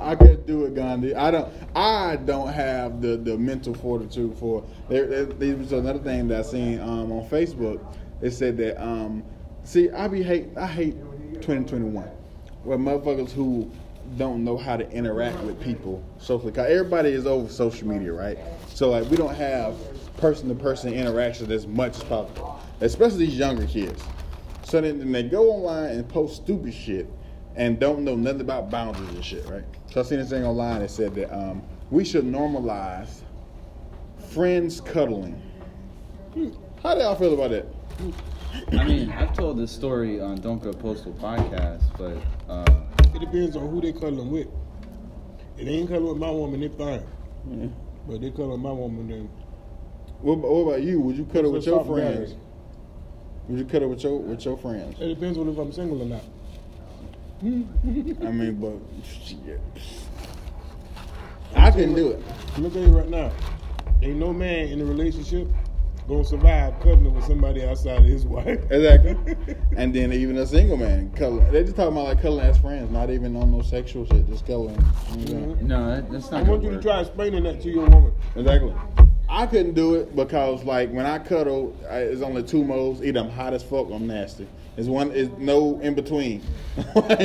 Speaker 1: I could do it, Gandhi. I don't. I don't have the, the mental fortitude for. There, there, there was another thing that I seen um, on Facebook. It said that. Um, see, I be hate. I hate twenty twenty one, where motherfuckers who don't know how to interact with people socially. Cause everybody is over social media, right? So like, we don't have person to person interaction as much as possible, especially these younger kids. So then, then they go online and post stupid shit and don't know nothing about boundaries and shit, right? So I seen this thing online that said that um, we should normalize friends cuddling. Hmm, How do y'all feel about that?
Speaker 3: I mean, I've told this story on Don't Go Postal podcast, but uh,
Speaker 2: It depends on who they cuddling with. If they ain't cuddling with my woman, they fine. But they cuddling my woman, then
Speaker 1: What, ab- what about you? Would you cuddle with
Speaker 2: What's
Speaker 1: your
Speaker 2: up,
Speaker 1: friends?
Speaker 2: guys?
Speaker 1: Would you cuddle with your with your friends?
Speaker 2: it depends on if I'm single or not.
Speaker 1: I mean, but shit. I can do it.
Speaker 2: I'm gonna tell you right now, ain't no man in a relationship gonna survive cuddling with somebody outside of his wife.
Speaker 1: Exactly. and then even a single man cuddling. They just talking about like cuddling as friends, not even on no sexual shit. Just cuddling. You know?
Speaker 3: no, that, that's
Speaker 2: I
Speaker 3: not.
Speaker 2: want
Speaker 3: gonna
Speaker 2: you to
Speaker 3: work.
Speaker 2: try explaining that to your woman.
Speaker 1: Exactly. I couldn't do it because, like, when I cuddle, I, it's only two modes. Either I'm hot as fuck or I'm nasty. It's one. It's no in between. you know what I'm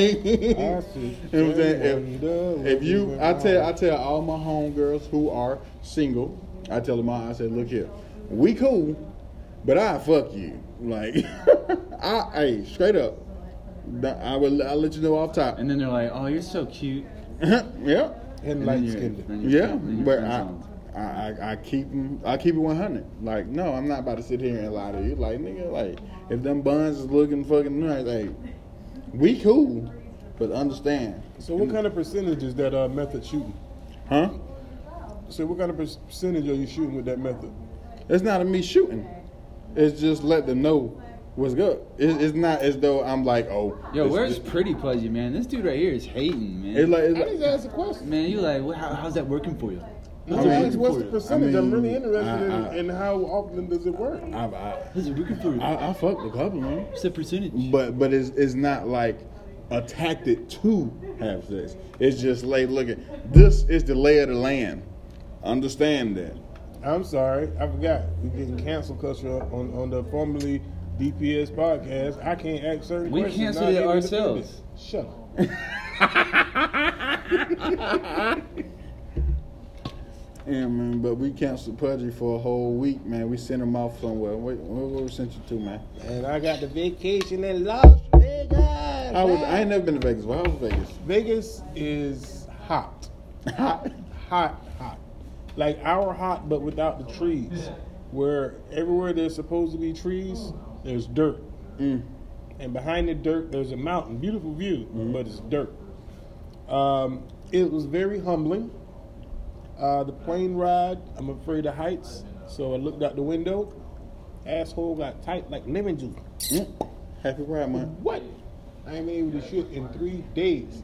Speaker 1: saying? If, if you, I tell, I tell all my homegirls who are single, I tell them all. I said, look here, we cool, but I fuck you. Like, I, hey, straight up, I will. I'll let you know off top.
Speaker 3: And then they're like, "Oh, you're so cute."
Speaker 1: yeah.
Speaker 2: and
Speaker 3: And then
Speaker 2: light
Speaker 3: you're-
Speaker 2: skinned.
Speaker 3: then you're-
Speaker 1: Yeah,
Speaker 3: then you're
Speaker 1: but I,
Speaker 3: friend-zoned.
Speaker 1: I, I, I keep 'em- I keep it one hundred. Like, no, I'm not about to sit here and lie to you. Like, nigga, like if them buns is looking fucking nice, like we cool, but understand,
Speaker 2: So what kind of percentage is that uh, method shooting?
Speaker 1: huh?
Speaker 2: So what kind of per- percentage are you shooting with that method?
Speaker 1: It's not a me shooting. It's just let them know what's good. It, it's not as though I'm like, oh,
Speaker 3: Yo,
Speaker 1: it's
Speaker 3: where's
Speaker 1: just-
Speaker 3: Pretty Pudgy, man? This dude right here is hating, man.
Speaker 1: It's like, it's
Speaker 2: I
Speaker 1: like
Speaker 2: just asked a question.
Speaker 3: man, you like, wha- how, how's that working for you?
Speaker 2: I
Speaker 1: mean,
Speaker 2: asked what's the
Speaker 1: I
Speaker 2: percentage? I am
Speaker 1: mean,
Speaker 2: really interested
Speaker 1: I- I-
Speaker 2: in, in how often does it work.
Speaker 1: I, I,
Speaker 3: How's it working for you?
Speaker 1: I, I fucked a couple of them.
Speaker 3: What's that percentage?
Speaker 1: But but it's it's not like a tactic to have sex. It's just like look at this is the lay of the land. Understand that.
Speaker 2: I'm sorry, I forgot. We're getting cancel culture on, on the formerly DPS podcast. I can't ask certain
Speaker 3: We
Speaker 2: questions.
Speaker 3: canceled
Speaker 2: Now
Speaker 3: it
Speaker 2: they were
Speaker 3: ourselves.
Speaker 2: defended. Shut up.
Speaker 1: Yeah, man. But we canceled Pudgy for a whole week, man. We sent him off somewhere. Where, where, where we sent you to, man?
Speaker 2: And I got the vacation in Las Vegas.
Speaker 1: I was I ain't never been to Vegas. Well, I was Vegas.
Speaker 2: Vegas is hot.
Speaker 1: Hot.
Speaker 2: Hot, hot. Like our hot, but without the trees. Where everywhere there's supposed to be trees, there's dirt.
Speaker 1: Mm.
Speaker 2: And behind the dirt, there's a mountain. Beautiful view,
Speaker 1: Mm-hmm.
Speaker 2: but it's dirt. Um, it was very humbling. Uh, the plane ride, I'm afraid of heights. So I looked out the window. Asshole got tight like lemon juice.
Speaker 1: Mm. Happy Pride Month.
Speaker 2: What? I ain't been able to shit in three days.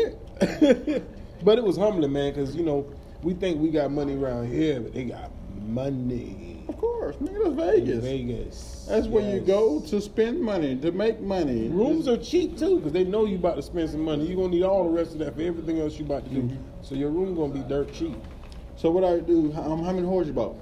Speaker 2: But it was humbling, man, because you know we think we got money around here, but they got money
Speaker 1: Of course, nigga, that's
Speaker 2: in
Speaker 1: Vegas.
Speaker 2: Vegas.
Speaker 1: That's where you
Speaker 2: Yes.
Speaker 1: go to spend money, to make money.
Speaker 2: Rooms are cheap too, because they know you about to spend some money. You gonna need all the rest of that for everything else you about to do.
Speaker 1: Mm-hmm.
Speaker 2: So your room gonna be dirt cheap.
Speaker 1: So what I do? Um, how many whores you bought?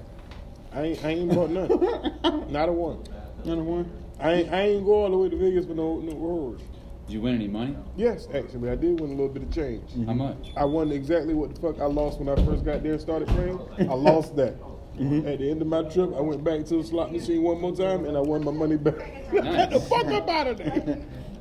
Speaker 2: I ain't, I ain't bought none, not a one.
Speaker 1: Another one.
Speaker 2: I ain't, I ain't go all the way to Vegas for no no horrors.
Speaker 3: Did you win any money?
Speaker 2: Yes, actually, I did win a little bit of change.
Speaker 3: How much?
Speaker 2: I won exactly what the fuck I lost when I first got there and started playing. I lost that.
Speaker 1: Mm-hmm.
Speaker 2: At the end of my trip, I went back to the slot machine one more time and I won my money back. Get the
Speaker 3: Nice.
Speaker 2: fuck up out of there!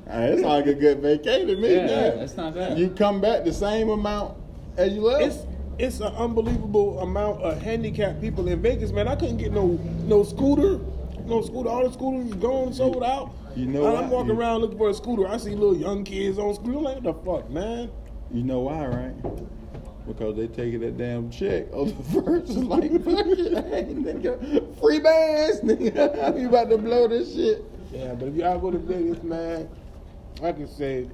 Speaker 1: Hey, it's like a good vacation, to me.
Speaker 3: Yeah,
Speaker 1: yeah.
Speaker 3: that's not bad.
Speaker 1: You come back the same amount as you left.
Speaker 2: It's it's an unbelievable amount of handicapped people in Vegas, man. I couldn't get no no scooter, no scooter. All the scooters is gone, sold out.
Speaker 1: You know
Speaker 2: and I'm
Speaker 1: what?
Speaker 2: walking around looking for a scooter. I see little young kids on scooter. I'm like, what the fuck, man?
Speaker 1: you know why, right? Because they taking that damn check on the first like fuck it, hey, nigga, free bands, nigga. you about to blow this shit.
Speaker 2: Yeah, but if y'all go to Vegas, man, I can say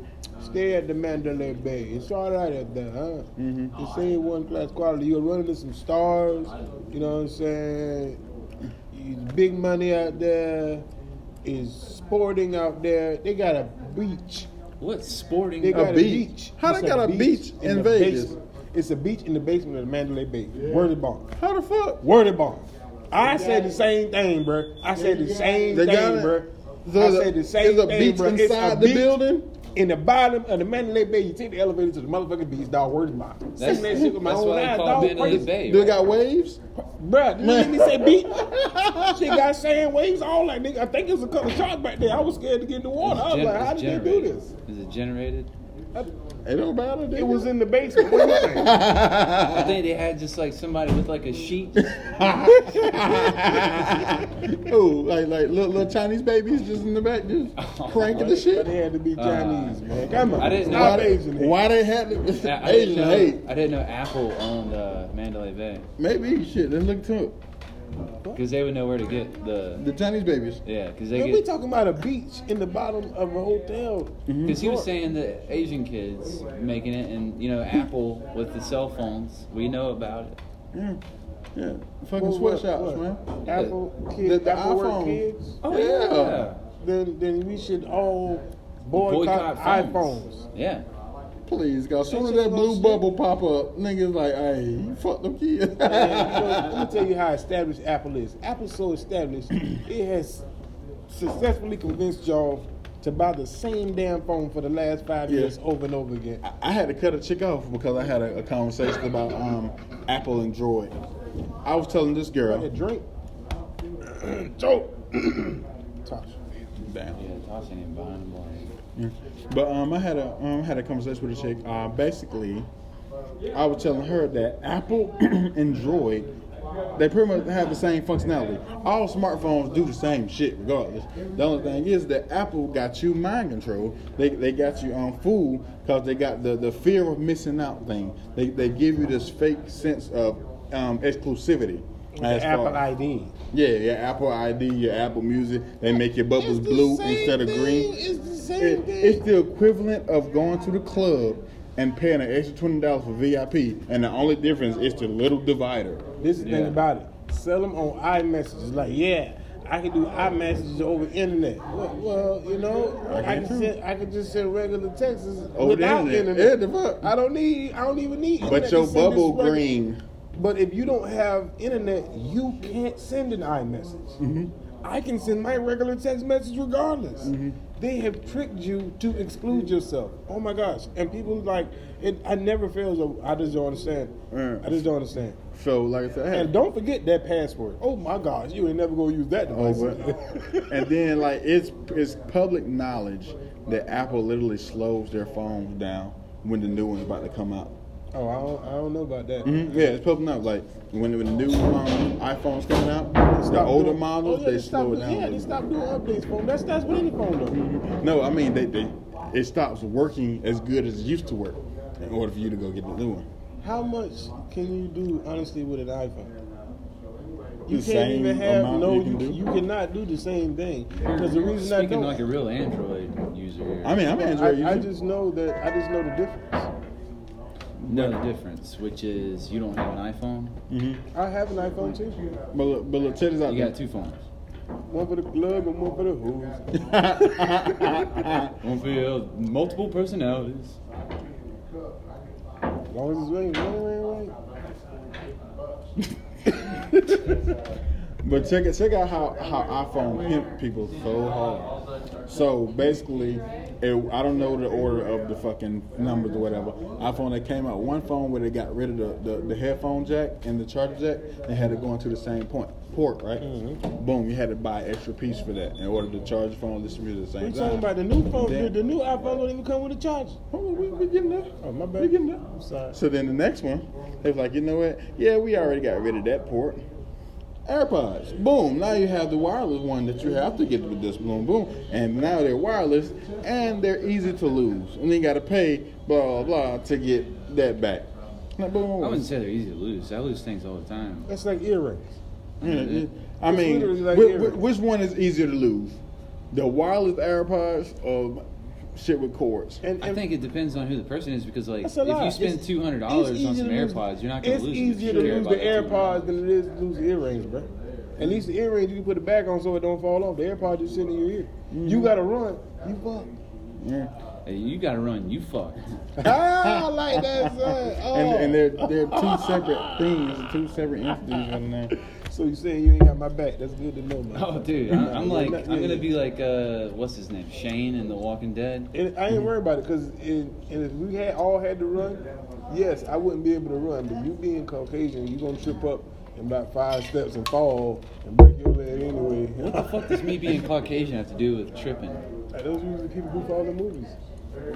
Speaker 2: stay at the Mandalay Bay. It's all right at there, huh?
Speaker 1: Mhm.
Speaker 2: It's a one class quality. You're running into some stars. You know what I'm saying? It's big money out there. It's sporting out there. They got a beach.
Speaker 3: What sporting?
Speaker 2: They got a
Speaker 1: beach?
Speaker 2: beach.
Speaker 1: How they
Speaker 2: It's
Speaker 1: got a beach in
Speaker 2: the
Speaker 1: Vegas?
Speaker 2: basement. It's a beach in the basement of the Mandalay Bay. Worthy bomb.
Speaker 1: How the fuck?
Speaker 2: Worthy bomb. I said the same thing, bruh. I said the same
Speaker 1: They
Speaker 2: thing,
Speaker 1: got it?
Speaker 2: bruh.
Speaker 1: So
Speaker 2: I
Speaker 1: the-
Speaker 2: said the
Speaker 1: there's
Speaker 2: same
Speaker 1: a
Speaker 2: thing,
Speaker 1: beach
Speaker 2: bruh. It's
Speaker 1: inside
Speaker 2: a
Speaker 1: the
Speaker 2: beach
Speaker 1: building?
Speaker 2: In the bottom of the Mandalay Bay, you take the elevator to the motherfucking beach, dog. Worthy bomb.
Speaker 3: That's,
Speaker 2: Seen that shit with my
Speaker 3: that's
Speaker 2: own
Speaker 3: why they
Speaker 2: eyes,
Speaker 3: call
Speaker 2: dog.
Speaker 3: Mandalay
Speaker 2: Crazy.
Speaker 3: Bay.
Speaker 1: Do they
Speaker 3: right?
Speaker 1: got waves?
Speaker 2: Bruh, you let me say beach. she got sand waves, all that, nigga. I think there's a couple sharks back there. I was scared to get in the water. I was
Speaker 3: It's
Speaker 2: like, how
Speaker 3: gen-
Speaker 2: did
Speaker 3: it's
Speaker 2: they do
Speaker 3: generated.
Speaker 2: this?
Speaker 3: Is it generated?
Speaker 1: It don't matter.
Speaker 2: It was in the basement. What do you think?
Speaker 3: I think they had just like somebody with like a sheet.
Speaker 1: oh, like like little, little Chinese babies just in the back, just cranking the
Speaker 2: But
Speaker 1: shit.
Speaker 2: they had to be Chinese, man. Come on.
Speaker 3: Uh, I didn't
Speaker 2: Stop
Speaker 3: know-
Speaker 2: Asian. hate.
Speaker 1: Why they had it?
Speaker 3: I, I, didn't
Speaker 1: Asian hate?
Speaker 3: know, I didn't know Apple owned uh, Mandalay Bay
Speaker 1: Maybe shit. Then look to it.
Speaker 3: because they would know where to get the
Speaker 1: The Chinese babies.
Speaker 3: yeah because they
Speaker 2: Man, we
Speaker 3: get
Speaker 2: talking about a beach in the bottom of a hotel.
Speaker 3: because he was saying the Asian kids making it and you know Apple with the cell phones we know about it.
Speaker 1: Yeah, yeah. Fucking
Speaker 2: Well, what-
Speaker 1: sweatshops,
Speaker 2: what?
Speaker 1: man.
Speaker 2: Apple
Speaker 1: The-
Speaker 2: kids,
Speaker 1: the
Speaker 2: Apple
Speaker 1: iPhone.
Speaker 2: work kids.
Speaker 1: Oh, yeah.
Speaker 2: Then, then we should all boycott,
Speaker 3: Boycott
Speaker 2: iPhones.
Speaker 3: Yeah.
Speaker 1: Please, God. Soon as
Speaker 2: That's
Speaker 1: that
Speaker 2: what
Speaker 1: blue
Speaker 2: I'm
Speaker 1: bubble pop up, niggas like, hey, you fuck them kids.
Speaker 2: Man, you know, let me tell you how established Apple is. Apple's so established, it has successfully convinced y'all to buy the same damn phone for the last five
Speaker 1: Yeah.
Speaker 2: years over and over again.
Speaker 1: I had to cut a chick off because I had a, a conversation about um, Apple and Droid. I was telling this
Speaker 2: A
Speaker 1: girl,
Speaker 2: drink. Joe. Tosh.
Speaker 1: damn.
Speaker 3: Yeah, tossing him behind the bar.
Speaker 1: But um, I had a um, had a conversation with a chick. Uh, basically, I was telling her that Apple and Droid, they pretty much have the same functionality. All smartphones do the same shit, regardless. The only thing is that Apple got you mind control. They, they got you on fool because they got the, the fear of missing out thing. They, they give you this fake sense of um, exclusivity. as
Speaker 2: The Apple
Speaker 1: far-
Speaker 2: ID.
Speaker 1: yeah, your Apple ID, your Apple Music, they make your bubbles
Speaker 2: It's the
Speaker 1: blue
Speaker 2: same
Speaker 1: instead of
Speaker 2: thing.
Speaker 1: green.
Speaker 2: It's the same
Speaker 1: It-
Speaker 2: thing.
Speaker 1: it's the equivalent of going to the club and paying an extra twenty dollars for VIP, and the only difference is the little divider.
Speaker 2: This is the thing
Speaker 3: Yeah.
Speaker 2: about it. Sell them on iMessage. It's Like, yeah, I can do iMessage over internet. Well, well you know,
Speaker 1: I
Speaker 2: I
Speaker 1: can
Speaker 2: can,
Speaker 1: too.
Speaker 2: send, I can just send regular texts
Speaker 1: the
Speaker 2: without
Speaker 1: internet.
Speaker 2: internet.
Speaker 1: Yeah, the fuck.
Speaker 2: I don't need. I don't even need. internet
Speaker 1: But
Speaker 2: to
Speaker 1: your
Speaker 2: send this
Speaker 1: bubble
Speaker 2: regular-
Speaker 1: green,
Speaker 2: But if you don't have internet, you can't send an iMessage.
Speaker 1: Mm-hmm.
Speaker 2: I can send my regular text message regardless.
Speaker 1: Mm-hmm.
Speaker 2: They have tricked you to exclude yourself. Oh my gosh! And people like it. I never fails. a- I just don't understand.
Speaker 1: Yeah.
Speaker 2: I just don't understand.
Speaker 1: so like I said, I had
Speaker 2: And don't forget that password. Oh my gosh, you ain't never gonna use that device.
Speaker 1: over. and then like it's it's public knowledge that Apple literally slows their phones down when the new one's about to come out.
Speaker 2: oh, I don't, I don't know about that.
Speaker 1: Mhm, Yeah, it's popping up. Like when, when the new um, iPhones coming out, the
Speaker 2: Stop
Speaker 1: older
Speaker 2: doing-
Speaker 1: models
Speaker 2: oh, yeah,
Speaker 1: they slow
Speaker 2: stopped
Speaker 1: it down.
Speaker 2: doing-
Speaker 1: a little
Speaker 2: Yeah, they
Speaker 1: bit. Mm-hmm.
Speaker 2: stopped doing updates. Phone. That's that's what any phone does.
Speaker 1: No, I mean they, they it stops working as good as it used to work in order for you to go get the new one.
Speaker 2: How much can you do honestly with an iPhone? You
Speaker 1: The
Speaker 2: can't
Speaker 1: same
Speaker 2: even have
Speaker 1: amount
Speaker 2: no.
Speaker 1: you can
Speaker 2: You,
Speaker 1: do?
Speaker 2: you cannot do the same thing because the reason I
Speaker 3: Speaking
Speaker 2: don't.
Speaker 3: like a real Android user. here.
Speaker 1: I mean, I'm an Android
Speaker 2: I, I
Speaker 1: user,
Speaker 2: just know that I just know the difference.
Speaker 3: know the difference, which is you don't have an iPhone.
Speaker 2: I have an iPhone too.
Speaker 1: But look, but look, check this out.
Speaker 2: Mm-hmm.
Speaker 3: You got two phones.
Speaker 2: One for the plug and one for the hooves.
Speaker 3: One for your multiple personalities.
Speaker 2: As long as it's ringing, ring, ring, ring.
Speaker 1: But check it, check out how, how iPhone pimp people so hard. So basically, it, I don't know the order of the fucking numbers or whatever. iPhone that came out, one phone where they got rid of the, the, the headphone jack and the charger jack, and had it going to the same point port, right?
Speaker 2: Mm-hmm.
Speaker 1: Boom, you had to buy an extra piece for that in order to charge the phone, listen to music at the same
Speaker 2: We
Speaker 1: time.
Speaker 2: talking about the new phone.
Speaker 1: Then-
Speaker 2: dude, The new iPhone don't even come with a charger.
Speaker 1: Oh, we, we getting there.
Speaker 2: Oh, my bad.
Speaker 1: We getting there.
Speaker 2: I'm sorry.
Speaker 1: So then the next one, they was like, you know what? Yeah, we already got rid of that port. AirPods. Boom. Now you have the wireless one that you have to get with this boom boom. And now they're wireless and they're easy to lose. And then you gotta pay blah blah blah to get that back. Like, boom.
Speaker 3: I wouldn't say they're easy to lose. I lose things all the time.
Speaker 2: That's like earrings.
Speaker 1: Yeah, I
Speaker 2: It's
Speaker 1: mean,
Speaker 2: literally like
Speaker 1: whi- whi-
Speaker 2: earrings.
Speaker 1: which one is easier to lose? The wireless AirPods or shit with cords?
Speaker 2: And,
Speaker 3: I
Speaker 2: and
Speaker 3: think it depends on who the person is because, like,
Speaker 2: That's
Speaker 3: if
Speaker 2: a lie.
Speaker 3: you spend
Speaker 2: It's-
Speaker 3: two hundred
Speaker 2: it's
Speaker 3: dollars on
Speaker 2: easier
Speaker 3: some
Speaker 2: to lose-
Speaker 3: AirPods, you're not gonna
Speaker 2: it's
Speaker 3: lose.
Speaker 2: easier to lose the AirPods than it is to lose the earrings, bro. At least the earrings you can put it back on so it don't fall off. The AirPods just sitting in your ear.
Speaker 3: Mm-hmm.
Speaker 2: You gotta run. You fuck.
Speaker 1: Yeah.
Speaker 3: you gotta run. You fucked.
Speaker 2: ah, I like that son. Oh.
Speaker 1: And, and they're they're two separate things, two separate entities in there.
Speaker 2: Oh. so you saying you ain't got my back? That's good to know, man.
Speaker 3: Oh, dude, I, I'm
Speaker 2: No,
Speaker 3: like,
Speaker 2: you're not-
Speaker 3: I'm
Speaker 2: yeah,
Speaker 3: gonna
Speaker 2: yeah.
Speaker 3: be like, uh, what's his name, Shane in The Walking Dead.
Speaker 2: And I
Speaker 3: Mm-hmm.
Speaker 2: ain't worried about it because and if we had all had to run, yes, I wouldn't be able to run. But you being Caucasian, you gonna trip up in about five steps and fall and break your leg anyway.
Speaker 3: What the fuck does me being Caucasian have to do with tripping?
Speaker 2: Like, those usually people who fall in movies.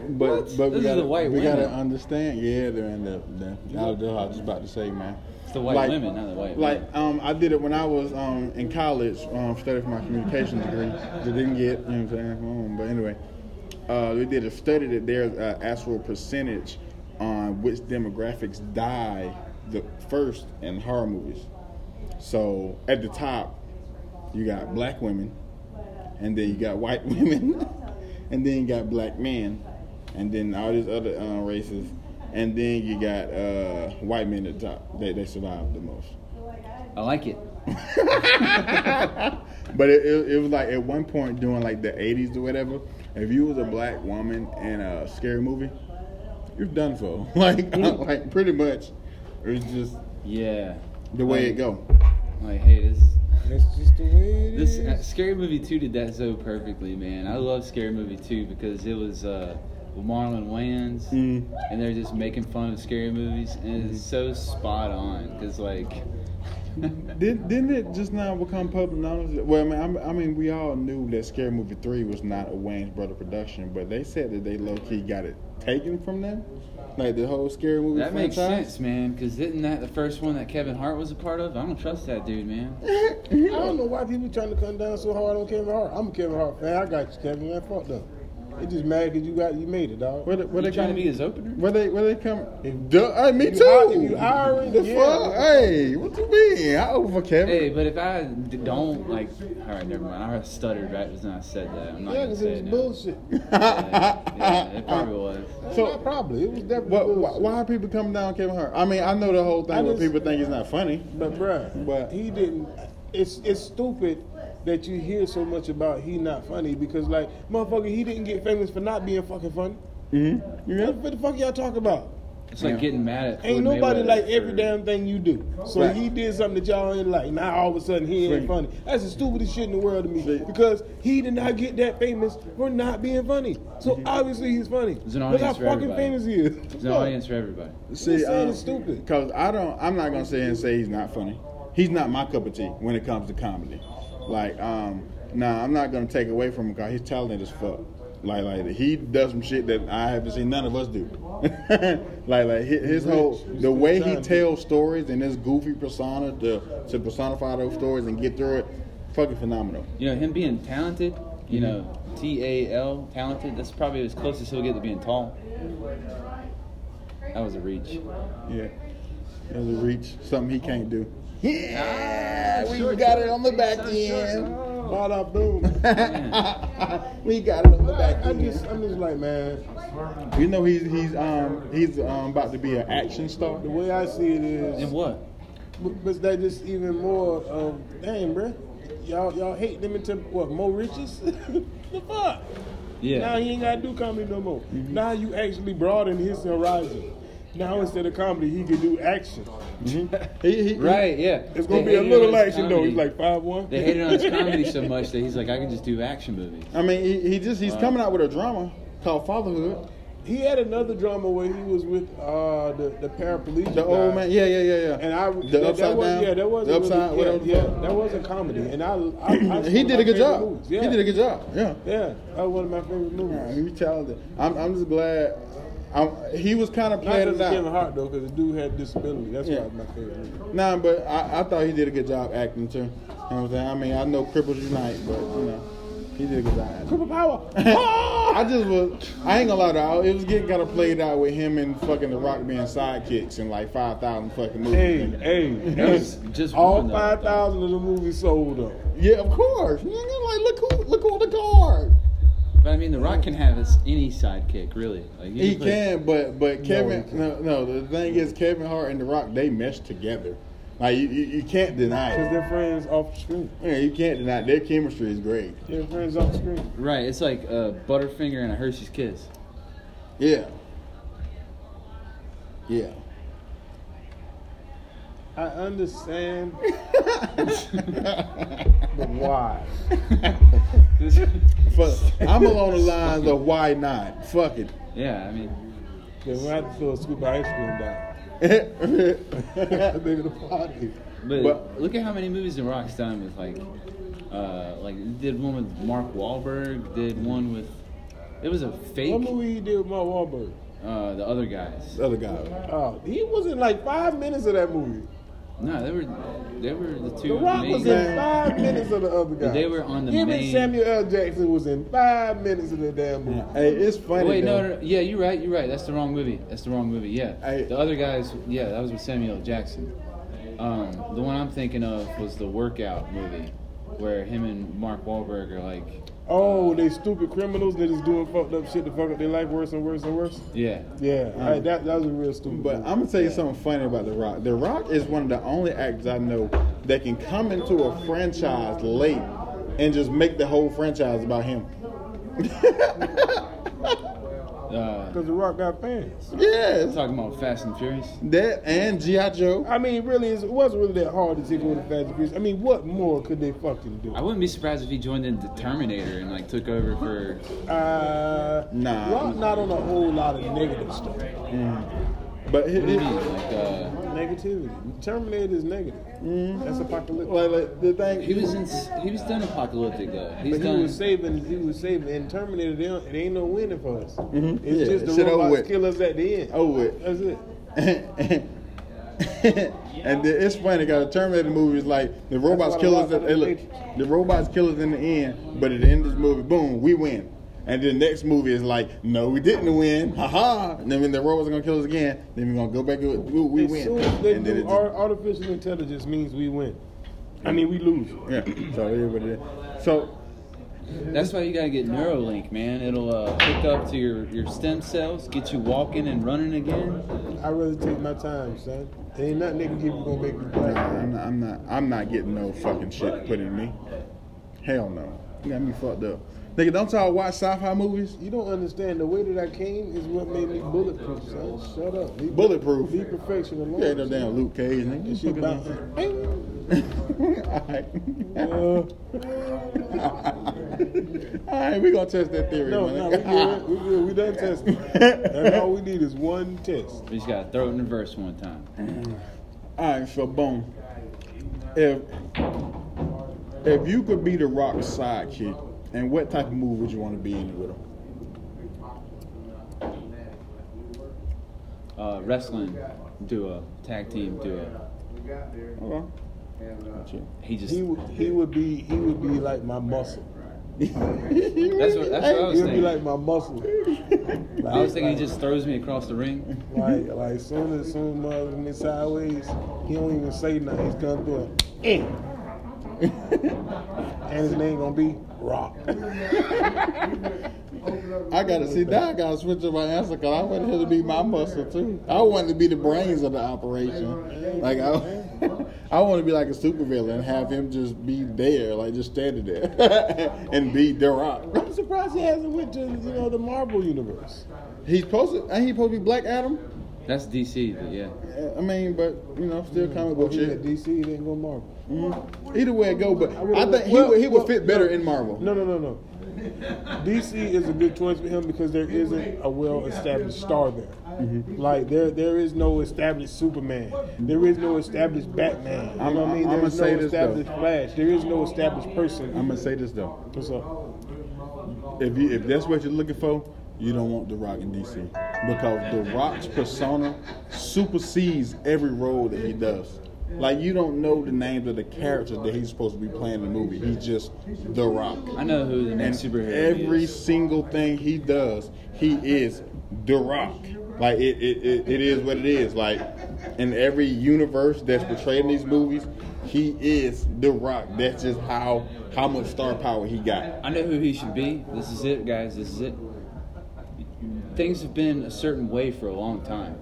Speaker 1: But
Speaker 3: What?
Speaker 1: but we
Speaker 3: This is
Speaker 1: gotta
Speaker 3: the white
Speaker 1: we gotta
Speaker 3: women.
Speaker 1: understand. Yeah, they're in the. the I, was, I was just about to say, man.
Speaker 3: It's the white women, not the white
Speaker 1: Like um, I did it when I was um in college, um, studying for my communications degree. I didn't get, you know what I'm saying? um, but anyway, uh, we did a study that there's an actual percentage on which demographics die the first in horror movies. So at the top, you got black women, and then you got white women, and then you got black men, and then all these other uh, races, and then you got uh, white men at the top. They they survived the most.
Speaker 3: I like it.
Speaker 1: But it, it, it was like at one point during like the 80s or whatever, if you was a black woman in a scary movie, you're done for. Like like pretty much, it's just
Speaker 3: Yeah.
Speaker 1: the way it go.
Speaker 3: Like, hey, this
Speaker 2: That's just the way it
Speaker 3: this
Speaker 2: is.
Speaker 3: uh, scary movie two did that so perfectly, man. I love scary movie two because it was uh, Marlon Wayans,
Speaker 1: Mm.
Speaker 3: and they're just making fun of scary movies, and it's
Speaker 2: Mm-hmm.
Speaker 3: so spot on because like.
Speaker 1: Did, didn't it just now become public knowledge? Well, I mean, I'm- I mean, we all knew that Scary Movie Three was not a Wayne's brother production, but they said that they low key got it taken from them, like the whole Scary Movie
Speaker 3: That makes
Speaker 1: franchise.
Speaker 3: sense, man. Because isn't that the first one that Kevin Hart was a part of? I don't trust that dude, man.
Speaker 2: I don't know why people trying to come down so hard on Kevin Hart. I'm a Kevin Hart fan. I got you, Kevin. Man, fuck them. They just mad because you got you made it, dog.
Speaker 1: Where they, where
Speaker 3: What
Speaker 1: they
Speaker 3: you trying to
Speaker 1: come?
Speaker 3: be his opener?
Speaker 1: Where they where they come?
Speaker 2: If-
Speaker 1: Duh, hey, me
Speaker 2: if you
Speaker 1: too.
Speaker 2: hi- if you hiring,
Speaker 1: the
Speaker 2: yeah.
Speaker 1: fuck? Hey, what you mean? I over Kevin.
Speaker 3: Hey, but if I d- don't like, all right, never mind. I stuttered right when I said that. I'm not
Speaker 2: Yeah,
Speaker 3: gonna
Speaker 2: because
Speaker 3: say
Speaker 2: it
Speaker 3: it
Speaker 2: was
Speaker 3: now.
Speaker 2: bullshit.
Speaker 3: Yeah, yeah, it probably was.
Speaker 1: So-
Speaker 2: So not probably it was definitely
Speaker 1: What, why,
Speaker 2: bullshit.
Speaker 1: why are people coming down on Kevin Hart? I mean, I know the whole
Speaker 2: I
Speaker 1: thing where
Speaker 2: just-
Speaker 1: people think it's not funny.
Speaker 2: But bruh,
Speaker 1: But-
Speaker 2: he didn't. It's it's stupid that you hear so much about he not funny because like motherfucker, he didn't get famous for not being fucking funny.
Speaker 1: Mm-hmm. You
Speaker 2: What the fuck y'all talking about?
Speaker 3: It's like
Speaker 1: Yeah.
Speaker 3: getting mad at.
Speaker 2: Ain't
Speaker 3: Floyd
Speaker 2: nobody
Speaker 3: Mayweather
Speaker 2: like every
Speaker 3: for-
Speaker 2: damn thing you do. So
Speaker 1: Right.
Speaker 2: he did something that y'all ain't like. Now all of a sudden he ain't
Speaker 1: Right.
Speaker 2: funny. That's the stupidest shit in the world to me
Speaker 1: See.
Speaker 2: because he did not get that famous for not being funny. So obviously he's funny.
Speaker 3: There's Mm-hmm. an
Speaker 2: Look how
Speaker 3: audience for
Speaker 2: fucking
Speaker 3: everybody.
Speaker 2: famous he is.
Speaker 3: There's an audience for everybody.
Speaker 1: See, um,
Speaker 2: You're saying it's stupid.
Speaker 1: Cause I don't. I'm not gonna say and say he's not funny. He's not my cup of tea when it comes to comedy. Like, um, nah, I'm not gonna take away from him because he's talented as fuck. Like, like he does some shit that I haven't seen none of us do. like, like his, his whole
Speaker 2: Rich.
Speaker 1: the way he
Speaker 2: Rich.
Speaker 1: tells stories and his goofy persona to to personify those stories and get through it, fucking phenomenal.
Speaker 3: You know him being talented. You know
Speaker 2: Mm-hmm.
Speaker 3: T A L talented. That's probably as close as he'll get to being tall. That was a reach.
Speaker 1: Yeah, it was a reach, something he can't do. Yeah, we got it on the back end.
Speaker 2: Bada boom.
Speaker 1: we got it on the back
Speaker 2: I, I
Speaker 1: end.
Speaker 2: just, I'm just like, man.
Speaker 1: You know he's he's um he's um about to be an action star.
Speaker 2: The way I see it
Speaker 3: And
Speaker 2: is,
Speaker 3: what?
Speaker 2: but, but that just even more of, damn, bruh. Y'all, y'all hate them into what? More riches? the fuck? Now
Speaker 3: Yeah. Mm-hmm.
Speaker 2: he ain't gotta do comedy no more. Now you actually broaden his horizon. Now instead of comedy, he can do action.
Speaker 1: He, he,
Speaker 3: Right, yeah.
Speaker 2: It's gonna
Speaker 3: They
Speaker 2: be a
Speaker 3: hated
Speaker 2: little
Speaker 3: on his
Speaker 2: action though.
Speaker 3: comedy.
Speaker 2: He's like five one.
Speaker 3: They hated on his comedy so much that he's like, I can just do action movies.
Speaker 1: I mean, he, he just he's coming out with a drama called Fatherhood.
Speaker 2: He had another drama where he was with uh, the the paraplegic.
Speaker 1: The old
Speaker 2: guy.
Speaker 1: man, yeah, yeah, yeah, yeah.
Speaker 2: And I
Speaker 1: the
Speaker 2: that,
Speaker 1: upside
Speaker 2: that was,
Speaker 1: down,
Speaker 2: Yeah, that was
Speaker 1: the
Speaker 2: a really-
Speaker 1: upside. whatever the
Speaker 2: yeah,
Speaker 1: fuck.
Speaker 2: yeah, that was a comedy, and I, I, I
Speaker 1: he did a good job.
Speaker 2: Yeah.
Speaker 1: He did a good job. Yeah.
Speaker 2: Yeah, that was one of my favorite
Speaker 1: Yeah,
Speaker 2: movies.
Speaker 1: he talented. I'm, I'm just glad. I'm, he was kind of
Speaker 2: Not
Speaker 1: playing
Speaker 2: because
Speaker 1: it
Speaker 2: of Kevin
Speaker 1: out.
Speaker 2: Hart though, because the dude had disability. That's
Speaker 1: Yeah.
Speaker 2: why it's my favorite. Movie.
Speaker 1: Nah, but I, I thought he did a good job acting too. You know what I'm saying? I mean, I know cripples unite, but you know, he did a good job. acting.
Speaker 2: Triple power.
Speaker 1: I just was. I ain't gonna lie to you. It was getting kind of played out with him and fucking The Rock being sidekicks in like five thousand fucking movies.
Speaker 2: hey, hey,
Speaker 3: was
Speaker 2: that's
Speaker 3: just
Speaker 2: all
Speaker 3: one, though.
Speaker 2: five thousand of the movies sold though.
Speaker 1: Yeah, of course. Nigga, like look who, look on the card.
Speaker 3: But I mean, The Rock can have his, any sidekick, really. Like, you
Speaker 1: He
Speaker 3: play-
Speaker 1: can, but but Kevin,
Speaker 2: he
Speaker 1: no, no, The thing is, Kevin Hart and The Rock, they mesh together. Like you, you, you can't deny
Speaker 2: Because
Speaker 1: it.
Speaker 2: they're friends off the screen.
Speaker 1: Yeah, you can't deny it. their chemistry is great.
Speaker 2: They're friends off the screen.
Speaker 3: Right, it's like a Butterfinger and a Hershey's Kiss.
Speaker 1: Yeah. Yeah.
Speaker 2: I understand, but why?
Speaker 1: Fuck. I'm along the lines of why not? Fuck it.
Speaker 3: yeah, I mean,
Speaker 2: Because when I have to throw a scoop of ice cream down, they're gonna party.
Speaker 3: but,
Speaker 1: But-
Speaker 3: look at how many movies The Rock's done with, like, uh, like he did one with Mark Wahlberg, did one with, it was a
Speaker 2: What
Speaker 3: fake,
Speaker 2: movie he did with Mark Wahlberg?
Speaker 3: uh, the other guys.
Speaker 1: The other guy.
Speaker 2: Oh, he was in like five minutes of that movie.
Speaker 3: No, they were, they were the two
Speaker 2: The Rock
Speaker 3: main-
Speaker 2: was
Speaker 1: Man.
Speaker 2: in five minutes of the other guy.
Speaker 3: They were on the
Speaker 2: Even
Speaker 3: main-
Speaker 2: Samuel L. Jackson was in five minutes of the damn movie.
Speaker 1: Hey, it's funny.
Speaker 3: Wait,
Speaker 1: though.
Speaker 3: no, no, no, yeah, you're right, you're right. That's the wrong movie. That's the wrong movie. Yeah,
Speaker 1: I-
Speaker 3: the other guys, yeah, that was with Samuel L. Jackson. Um, the one I'm thinking of was the Workout movie, where him and Mark Wahlberg are like,
Speaker 2: Oh, they stupid criminals that is doing fucked up shit to fuck up their life worse and worse and worse.
Speaker 3: yeah,
Speaker 2: Yeah, I- that that was a real stupid.
Speaker 1: But
Speaker 2: movie.
Speaker 1: I'm gonna tell you something funny about The Rock. The Rock is one of the only actors I know that can come into a franchise late and just make the whole franchise about him.
Speaker 3: uh,
Speaker 2: Because The Rock got fans.
Speaker 1: Yes,
Speaker 3: talking about Fast and Furious.
Speaker 1: that and GI Joe.
Speaker 2: I mean, really, it's- it wasn't really that hard to take over the Fast and Furious. I mean, what more could they fucking do?
Speaker 3: I wouldn't be surprised if he joined in the Terminator and like took over for.
Speaker 2: Uh,
Speaker 1: Nah.
Speaker 2: Rock not on a whole lot of negative stuff.
Speaker 1: But he,
Speaker 3: What do
Speaker 1: he-
Speaker 3: you mean? Like, uh,
Speaker 2: Negativity. Terminator is negative. That's apocalyptic.
Speaker 1: like, like, the thing
Speaker 3: he was in. s- He was done apocalyptic though. He's
Speaker 2: But he
Speaker 3: done.
Speaker 2: was saving. He was saving. And Terminator, they don't, it ain't no winning for us. It's
Speaker 1: Yeah,
Speaker 2: just the
Speaker 1: shit over
Speaker 2: robots
Speaker 1: with. Oh.
Speaker 2: kill us at the end.
Speaker 1: over with.
Speaker 2: That's it.
Speaker 1: and then it's funny because the Terminator movie is like the robots
Speaker 2: why
Speaker 1: kill
Speaker 2: the
Speaker 1: us.
Speaker 2: rock
Speaker 1: At, hey,
Speaker 2: got
Speaker 1: look,
Speaker 2: the
Speaker 1: the robots kill us in the end, but at the end of this movie, boom, we win. And the next movie is like, no, we didn't win, haha. And then when the robots are gonna kill us again, then we're gonna go back and we, we
Speaker 2: as
Speaker 1: win.
Speaker 2: soon as they
Speaker 1: And
Speaker 2: do
Speaker 1: then it
Speaker 2: ar- artificial intelligence means we win. I mean, we lose.
Speaker 1: just, yeah. So everybody, did. so
Speaker 3: That's why you gotta get Neuralink, man. It'll uh, hook up to your, your stem cells, get you walking and running again.
Speaker 2: I rather take my time, son. There ain't nothing they can give you gonna make me
Speaker 1: nah,
Speaker 2: black.
Speaker 1: I'm, not, I'm not, I'm not getting no fucking shit put in me. Hell no, you got me fucked up. Nigga, don't y'all watch sci-fi movies?
Speaker 2: You don't understand. The way that I came is what made me bulletproof, son. Shut up. Leave,
Speaker 1: Bulletproof.
Speaker 2: leave perfection alone.
Speaker 1: You ain't no damn Luke Cage, nigga.
Speaker 2: She bouncing. Bing.
Speaker 1: Alright.
Speaker 2: Uh,
Speaker 1: Alright, we gonna test that theory.
Speaker 2: no,
Speaker 1: man.
Speaker 2: no, we good. We good. We done testing. And all we need is one test.
Speaker 3: We just gotta throw it in reverse one time.
Speaker 1: Alright, so boom. If if you could be the rock sidekick, and what type of movie would you want to be in with him?
Speaker 3: Uh, wrestling duo, tag team duo.
Speaker 1: Okay.
Speaker 3: He just.
Speaker 2: He would. He would be. He would be like my muscle.
Speaker 3: that's what, that's what I
Speaker 2: He would
Speaker 3: was
Speaker 2: be
Speaker 3: thinking.
Speaker 2: like my muscle.
Speaker 3: I was thinking he just throws me across the ring.
Speaker 2: Like, like soon as soon as mother me sideways, he don't even say nothing. He's come through. And, eh. and his name gonna be Rock.
Speaker 1: I gotta see that. I gotta switch up my answer because I wanted him to be my muscle too. I wanted to be the brains of the operation. Like I, I want to be like a supervillain and have him just be there, like just standing there and be the rock.
Speaker 2: I'm surprised he hasn't went to you know the Marvel universe.
Speaker 1: He's supposed to. Ain't he supposed to be Black Adam?
Speaker 3: That's DC, but yeah.
Speaker 1: Uh, I mean, but you know, still comic
Speaker 2: Well,
Speaker 1: book
Speaker 2: he at
Speaker 1: shit.
Speaker 2: DC, he didn't go Marvel.
Speaker 1: Mhm. Either way it go, but
Speaker 2: would've-
Speaker 1: I think he
Speaker 2: well,
Speaker 1: would he
Speaker 2: well,
Speaker 1: would fit better in Marvel.
Speaker 2: No, no, no, no. DC is a good choice for him because there isn't a well-established star there.
Speaker 1: Mm-hmm.
Speaker 2: Like there, there is no established Superman. There is no established Batman. You
Speaker 1: I'm-
Speaker 2: know what I mean?
Speaker 1: I'm
Speaker 2: There
Speaker 1: gonna
Speaker 2: is
Speaker 1: say
Speaker 2: no
Speaker 1: this, though.
Speaker 2: established Flash. There is no established person.
Speaker 1: I'm gonna say this though.
Speaker 2: What's up?
Speaker 1: If you if that's what you're looking for, you don't want The Rock in DC because The Rock's persona supersedes every role that he does. Like you don't know the names of the characters that he's supposed to be playing in the movie. He's just The Rock.
Speaker 3: I know who the
Speaker 1: And
Speaker 3: next superhero
Speaker 1: every
Speaker 3: is.
Speaker 1: single thing he does, he is The Rock. Like it, it, it, it is what it is. Like in every universe that's portrayed in these movies, he is The Rock. That's just how how much star power he got.
Speaker 3: I know who he should be. This is it, guys. This is it. Things have been a certain way for a long time.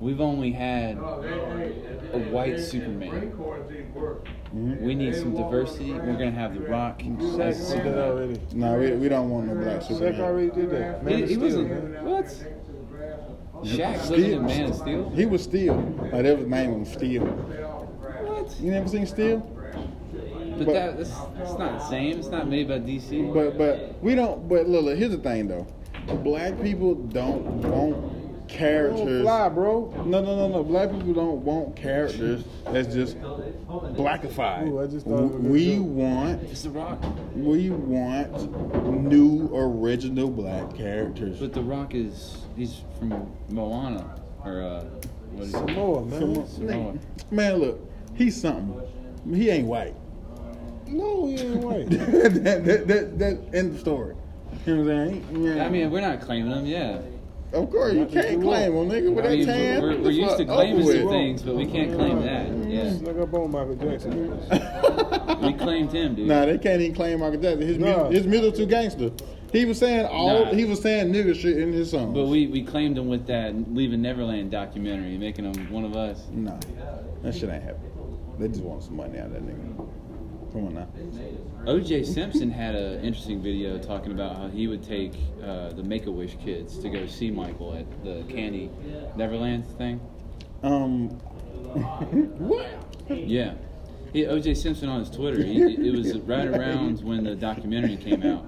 Speaker 3: We've only had a white Superman. We need some diversity. We're gonna have The Rock.
Speaker 2: Shaq
Speaker 3: as a
Speaker 2: did that
Speaker 3: Superman.
Speaker 2: already.
Speaker 1: No, we, we don't want no black
Speaker 2: Shaq
Speaker 1: Superman.
Speaker 2: already did that. Man
Speaker 3: He,
Speaker 2: of
Speaker 3: he
Speaker 2: Steel, man.
Speaker 3: wasn't. What? Shaq wasn't in Man of Steel.
Speaker 1: He was Steel. Like that was the name of Steel.
Speaker 3: What?
Speaker 1: You never seen Steel?
Speaker 3: But that, that's, that's not the same. It's not made by DC.
Speaker 1: But but we don't. But look, look, here's the thing though. Black people don't want
Speaker 2: Don't
Speaker 1: characters.
Speaker 2: fly, bro.
Speaker 1: No, no, no, no. Black people don't want characters that's just blackified.
Speaker 2: Ooh, I just thought of a good
Speaker 1: we
Speaker 2: joke.
Speaker 1: want,
Speaker 3: it's The Rock.
Speaker 1: we want new original black characters.
Speaker 3: But The Rock is he's from Moana or uh, what is it?
Speaker 2: Samoa, man.
Speaker 3: Samoa.
Speaker 1: Man, look, he's something. He ain't white.
Speaker 2: No, he ain't white.
Speaker 1: that, that, that, that end of story. You know what I'm saying? Yeah.
Speaker 3: I mean, we're not claiming him, yeah.
Speaker 1: of course you can't claim him, nigga, with
Speaker 3: I mean,
Speaker 1: that tan.
Speaker 3: we're,
Speaker 1: Get
Speaker 3: we're
Speaker 1: the
Speaker 3: used to
Speaker 1: fuck over
Speaker 3: claiming some
Speaker 1: with.
Speaker 3: things, but we can't claim
Speaker 2: Mm-hmm.
Speaker 3: that. Yeah,
Speaker 2: Snuck up on Michael Jackson.
Speaker 3: we claimed him, dude.
Speaker 1: Nah, they can't even claim Michael Jackson. His,
Speaker 2: Nah.
Speaker 1: mu- his middle two gangster. He was saying all.
Speaker 3: Nah.
Speaker 1: He was saying nigga shit in his song.
Speaker 3: But we, we claimed him with that Leaving Neverland documentary, making him one of us.
Speaker 1: Nah, that shit ain't happening. They just want some money out of that nigga. Come on now.
Speaker 3: OJ Simpson had an interesting video talking about how he would take uh, the Make a Wish kids to go see Michael at the Candy Neverland thing.
Speaker 1: Um, what?
Speaker 3: Yeah. He, OJ Simpson on his Twitter, he, it was right around when the documentary came out.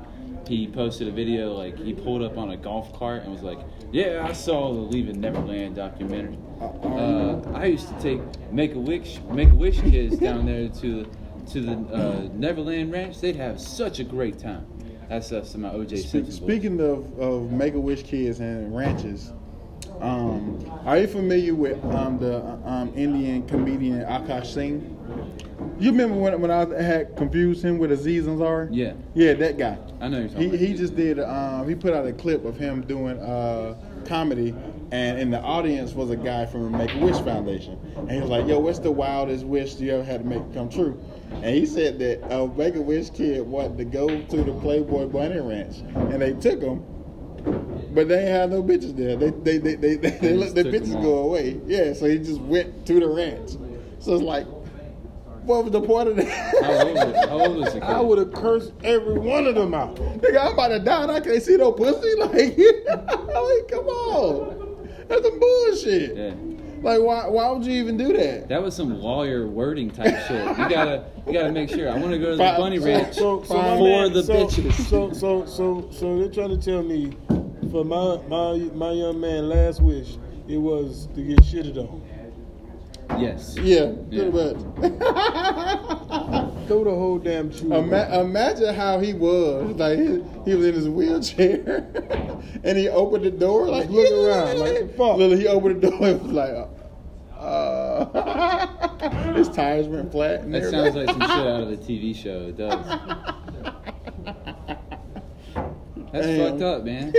Speaker 3: He posted a video like he pulled up on a golf cart and was like, "Yeah, I saw the Leaving Neverland documentary. Uh, I used to take Make a Wish Make a Wish kids down there to to the uh, Neverland Ranch. They'd have such a great time." That's us to my OJ Simpson. book.
Speaker 1: Speaking of, of Make a Wish kids and ranches, um, are you familiar with um, the um, Indian comedian Akash Singh? You remember when, when I had confused him with Aziz Ansari?
Speaker 3: Yeah.
Speaker 1: Yeah, that guy.
Speaker 3: I know you're talking.
Speaker 1: He,
Speaker 3: about
Speaker 1: he just did. Um, he put out a clip of him doing uh, comedy, and in the audience was a guy from the Make a Wish Foundation, and he was like, "Yo, what's the wildest wish you ever had to make come true?" And he said that a Make a Wish kid wanted to go to the Playboy Bunny Ranch, and they took him, but they ain't had no bitches there. They they they they, they,
Speaker 3: They
Speaker 1: let
Speaker 3: just
Speaker 1: the
Speaker 3: took 'em
Speaker 1: bitches
Speaker 3: all.
Speaker 1: go away. Yeah, so he just went to the ranch. So it's like, what was the point of that?
Speaker 3: How old, was- how old was the kid?
Speaker 2: I would have cursed every one of them out.
Speaker 1: Nigga, I'm about to die and I can't see no pussy. Like, like come on. That's some bullshit.
Speaker 3: Yeah.
Speaker 1: Like, why, why would you even do that?
Speaker 3: That was some lawyer wording type shit. You gotta, you gotta make sure. I want to go to the bunny ranch
Speaker 2: So, so my
Speaker 3: for
Speaker 2: man-
Speaker 3: the
Speaker 2: so,
Speaker 3: bitches.
Speaker 2: So, so, so, so they're trying to tell me for my my my young man last wish it was to get shitted on.
Speaker 3: Yes.
Speaker 1: Yeah, pretty
Speaker 3: Yeah.
Speaker 1: much.
Speaker 2: Throw the whole damn shoe.
Speaker 1: Ima- imagine how he was. Like, he, he was in his wheelchair and he opened the door. Like,
Speaker 2: Look around, like, fuck.
Speaker 1: Literally, he opened the door and was like, uh, his tires went flat. and
Speaker 3: That
Speaker 1: everything.
Speaker 3: sounds like some shit out of a TV show. It does. That's
Speaker 1: Damn.
Speaker 3: fucked up, man.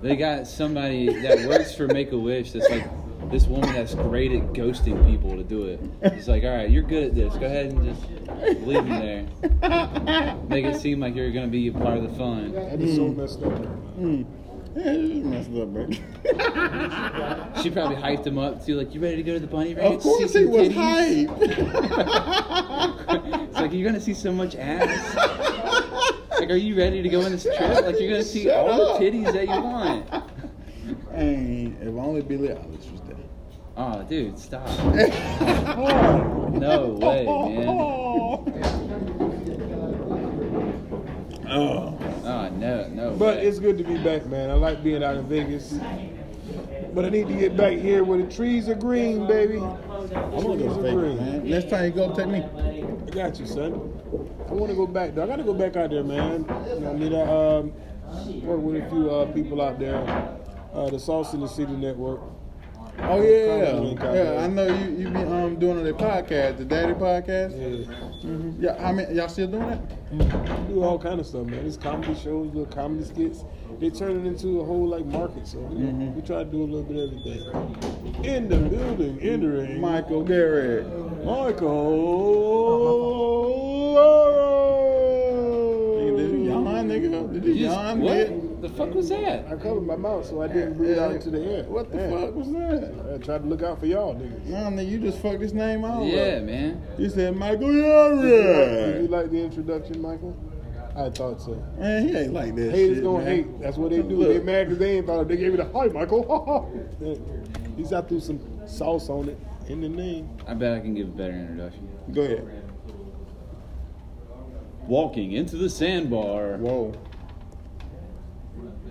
Speaker 3: They got somebody that works for Make a Wish that's like, this woman that's great at ghosting people to do it. It's like, all right, you're good at this. Go ahead and just leave me there. Make it seem like you're gonna be a part of the fun.
Speaker 2: That is so messed up.
Speaker 1: Yeah, you just messed up, bro.
Speaker 3: She probably hyped him up too, like, you ready to go to the bunny ranch?
Speaker 1: Of course he
Speaker 3: See some
Speaker 1: was
Speaker 3: titties?"
Speaker 1: hype.
Speaker 3: it's like you're gonna see so much ass. Like, are you ready to go on this trip? Like, you're gonna see
Speaker 1: Shut
Speaker 3: all
Speaker 1: up.
Speaker 3: the titties that you want.
Speaker 1: Hey, if only Billy Eilish was there.
Speaker 3: Oh, dude, stop. No way, man.
Speaker 1: Oh.
Speaker 3: Oh, no, no.
Speaker 2: But
Speaker 3: way.
Speaker 2: it's good to be back, man. I like being out in Vegas. But I need to get back here where the trees are green, baby.
Speaker 1: I want to
Speaker 2: Trees
Speaker 1: go to
Speaker 2: are
Speaker 1: Vegas,
Speaker 2: green.
Speaker 1: man. Next time you go, take me.
Speaker 2: I got you, son. I want to go back though. I gotta go back out there, man. You know, I need to um, work with a few uh, people out there. Uh, the Sauce in the City Network.
Speaker 1: Oh yeah,
Speaker 2: Comedy
Speaker 1: yeah. I know you you be um doing the podcast, the Daddy podcast.
Speaker 2: Yeah.
Speaker 1: Yeah, I mean, y'all still doing it?
Speaker 2: We do all kind of stuff, man. It's comedy shows, little comedy skits. They turn it into a whole like market. So you know,
Speaker 1: Mm-hmm.
Speaker 2: we try to do a little bit of everything. In the building, entering
Speaker 1: Michael Garrett.
Speaker 2: Oh,
Speaker 1: Nigga,
Speaker 2: Michael Lauro.
Speaker 1: did you yawn, nigga? Did you,
Speaker 3: You just-
Speaker 1: yawn, nigga?
Speaker 3: what the fuck was that?
Speaker 2: I covered my mouth so I didn't breathe out into the air.
Speaker 1: What the
Speaker 2: Man,
Speaker 1: fuck was that?
Speaker 2: I tried to look out for y'all niggas.
Speaker 1: Nah, nigga, you just fucked his name all
Speaker 3: Yeah,
Speaker 1: up.
Speaker 3: man.
Speaker 1: You said Michael
Speaker 2: Did you
Speaker 1: Garrett.
Speaker 2: like the introduction, Michael? I thought so.
Speaker 1: Man, he ain't like that
Speaker 2: Haters
Speaker 1: shit,
Speaker 2: gonna
Speaker 1: man.
Speaker 2: hate. That's what they do.
Speaker 1: Look.
Speaker 2: They mad because they ain't thought they gave me the hi, Michael. He's out threw some sauce on it in the name.
Speaker 3: I bet I can give a better introduction.
Speaker 1: Go ahead.
Speaker 3: Walking into the sandbar,
Speaker 1: Whoa.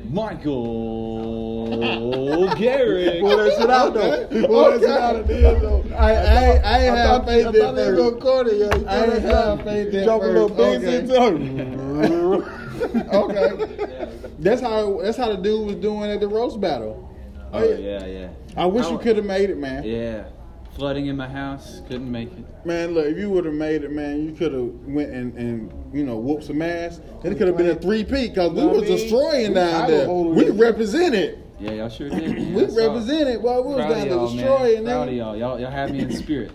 Speaker 3: Michael
Speaker 2: Pull
Speaker 3: Garrick.
Speaker 2: that shit out though.
Speaker 1: Okay.
Speaker 2: Pull that shit
Speaker 1: Okay.
Speaker 2: out of the end though.
Speaker 1: I I I ain't
Speaker 2: I
Speaker 1: have
Speaker 2: thought
Speaker 1: faith
Speaker 2: I thought
Speaker 1: in
Speaker 2: they was gonna
Speaker 1: first.
Speaker 2: corner you. You
Speaker 1: I
Speaker 2: know
Speaker 1: ain't
Speaker 2: that
Speaker 1: have
Speaker 2: shit?
Speaker 1: faith in
Speaker 2: Drop a little
Speaker 1: first.
Speaker 2: beans
Speaker 1: Okay.
Speaker 2: into it.
Speaker 1: Okay. That's how that's how the dude was doing at the roast battle.
Speaker 3: Oh yeah, yeah,
Speaker 1: I wish you could have made it, man.
Speaker 3: yeah. Flooding in my house, couldn't make it.
Speaker 1: Man, look, if you would have made it, man, you could have went and, and you know whooped some ass. It could have been a three P because we
Speaker 2: Know what
Speaker 1: was
Speaker 2: I mean?
Speaker 1: destroying
Speaker 2: We- I
Speaker 1: down
Speaker 2: was
Speaker 1: there.
Speaker 2: holding
Speaker 1: We
Speaker 2: it.
Speaker 1: represented.
Speaker 3: Yeah, y'all sure did. Man.
Speaker 1: We
Speaker 3: I saw it.
Speaker 1: represented. Boy, we was
Speaker 3: Proud of
Speaker 1: down there
Speaker 3: y'all, man.
Speaker 1: destroying
Speaker 3: Proud of
Speaker 1: them.
Speaker 3: y'all. y'all. Y'all have me in spirit.